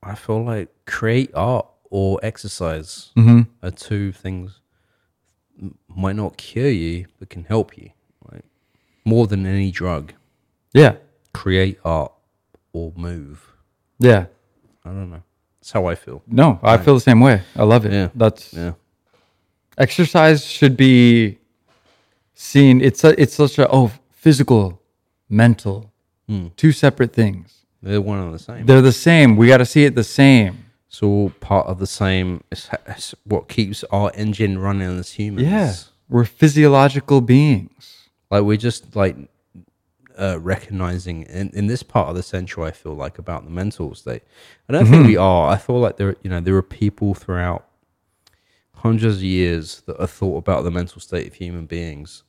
I feel like create art or exercise are two things m- might not cure you but can help you, like more than any drug.
yeah.
Create art or move.
Yeah.
I don't know. That's how I feel.
No, I feel the same way. I love it.
Yeah.
That's
Yeah,
exercise should be seen it's a, it's such a oh physical mental
Hmm.
two separate things
they're one and the same.
they're the same we got to see it the same
It's all part of the same. It's, it's what keeps our engine running as humans.
yeah we're physiological beings
like we're just like uh, recognizing in, in this part of the century i feel like about the mental state i don't
Mm-hmm.
think we are i feel like there you know there are people throughout hundreds of years that have thought about the mental state of human beings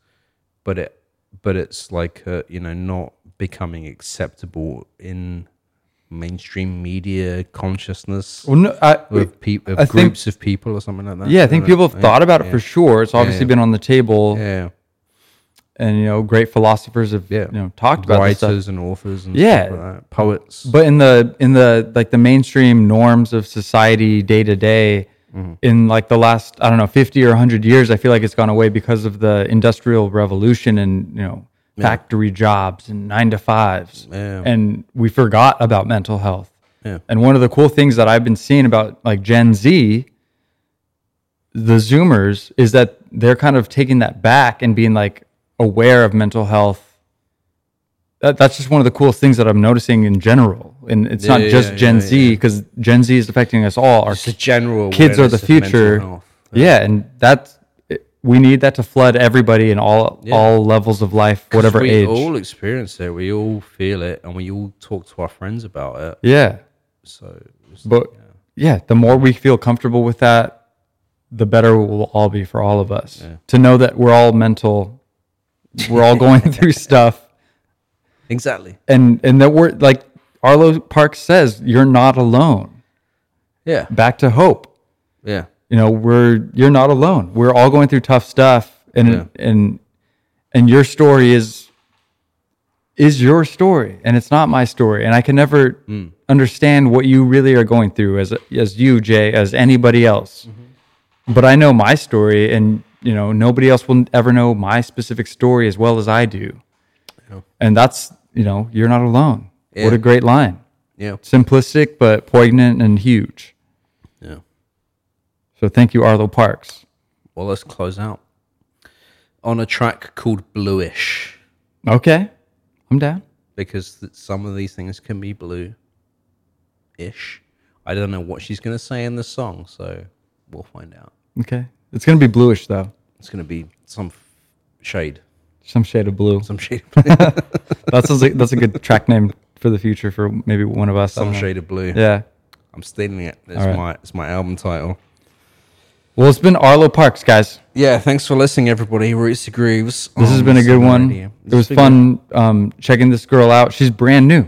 but it but it's like uh, you know not becoming acceptable in mainstream media consciousness
Well, no, I,
with, peop with
I think-
groups of people or something like that.
yeah, I think people have thought about it for sure. It's obviously
uh, yeah.
been on the table,
Yeah,
and you know, great philosophers have
Yeah.
you know talked about this stuff.
writers and authors and
Yeah.
stuff like that. poets.
but in the in the like the mainstream norms of society day to day in like the last i don't know 50 or 100 years i feel like it's gone away because of the industrial revolution and you know factory jobs and 9 to 5s
Yeah.
and we forgot about mental health
Yeah.
and one of the cool things that i've been seeing about like gen z the zoomers is that they're kind of taking that back and being like aware of mental health that, that's just one of the coolest things that I'm noticing in general. And it's not
yeah,
just
yeah,
Gen
yeah,
Z because Gen Z is affecting us all. Our
It's a general
kids are the
awareness of mental
future.
health.
Yeah, and that's it- we need that to flood everybody in all all levels of life, whatever
we
age.
all experience it. We all feel it, and we all talk to our friends about it.
yeah,
So it's-
but yeah. the more we feel comfortable with that, the better we'll all be for all of us. To know that we're all mental, we're all going through stuff.
exactly.
and and that we're like Arlo Parks says, you're not alone.
Yeah.
Back to hope.
Yeah.
You know, we're you're not alone. We're all going through tough stuff, and
Yeah.
and and your story is is your story, and it's not my story, and I can never
Mm.
understand what you really are going through as as you Jay, as anybody else.
Mm-hmm.
But I know my story, and you know nobody else will ever know my specific story as well as I do. And that's you know you're not alone. What
Yeah.
a great line.
Yeah.
Simplistic but poignant and huge.
Yeah.
So thank you, Arlo Parks.
Well, let's close out on a track called Bluish
Okay. I'm down.
because th- some of these things can be blue ish. I don't know what she's going to say in the song, so we'll find out.
Okay. It's going to be bluish, though.
It's going to be some f- shade.
Some shade of blue.
Some shade,
That's a, that's a good track name for the future for maybe one of us. I
some
don't know.
shade of blue.
Yeah.
I'm stealing it. It's
All right.
my it's my album title.
Well, it's been Arlo Parks, guys.
Yeah, thanks for listening, everybody. Roots to Grooves.
Mm, This has
on
been a good
Sonar
one.
Radio.
It
It's
was
been good.
fun um, checking this girl out. She's brand new.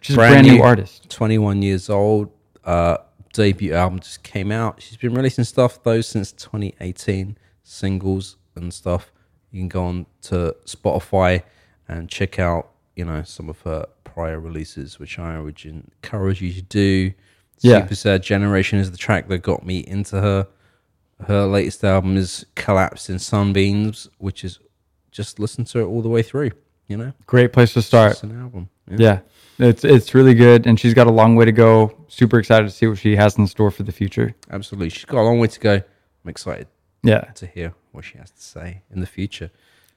She's a brand new artist.
21 years old. Uh, debut album just came out. She's been releasing stuff, though, since 2018, singles and stuff. You can go on to Spotify and check out, you know, some of her prior releases, which I would encourage you to do.
Yeah.
Super Sad Generation is the track that got me into her. Her latest album is Collapse in Sunbeams, which is just listen to it all the way through, you know?
Great place to start.
It's an album.
Yeah. It's, it's really good. And she's got a long way to go. Super excited to see what she has in store for the future.
Absolutely. She's got a long way to go. I'm excited
Yeah.
to hear what she has to say in the future.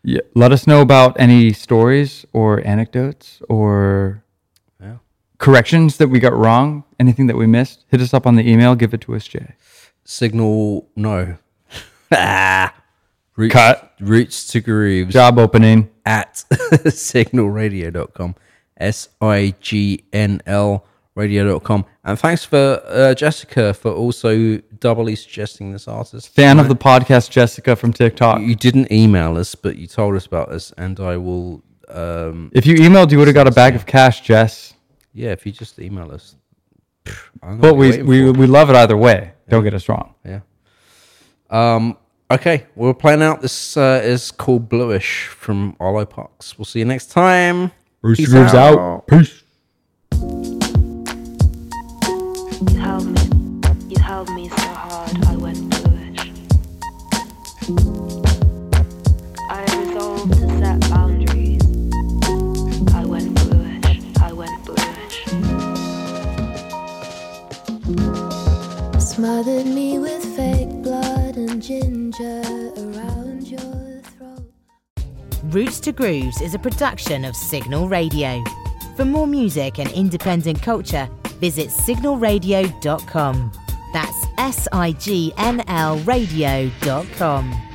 Yeah. Let us know about any stories or anecdotes or
Yeah.
corrections that we got wrong, anything that we missed. Hit us up on the email. Give it to us, Jay.
Signal no. Ah. roots,
Cut.
Roots to grooves
Job opening.
at signalradio.com. S I G N L radio.com. And thanks for uh, Jessica for also doubly suggesting this artist.
Fan of the podcast, Jessica from TikTok.
You didn't email us, but you told us about this, and I will. Um,
If you emailed, you would have got a bag of cash, Jess.
yeah, if you just email us. Pff, I don't know
But
what you're
we
waiting
we,
for.
we love it either way. Don't get us wrong.
Yeah. Um. Okay, we're playing out. This uh, is called Bluish from Arlo Parks. We'll see you next time. Peace out.
Peace.
You held me. You held me so hard I went bluish. I resolved to set boundaries. I went bluish. I went bluish.
Smothered me with fake blood and ginger around your throat.
Roots to Grooves is a production of Signal Radio. For more music and independent culture, visit signalradio.com. That's S I G N L radio.com.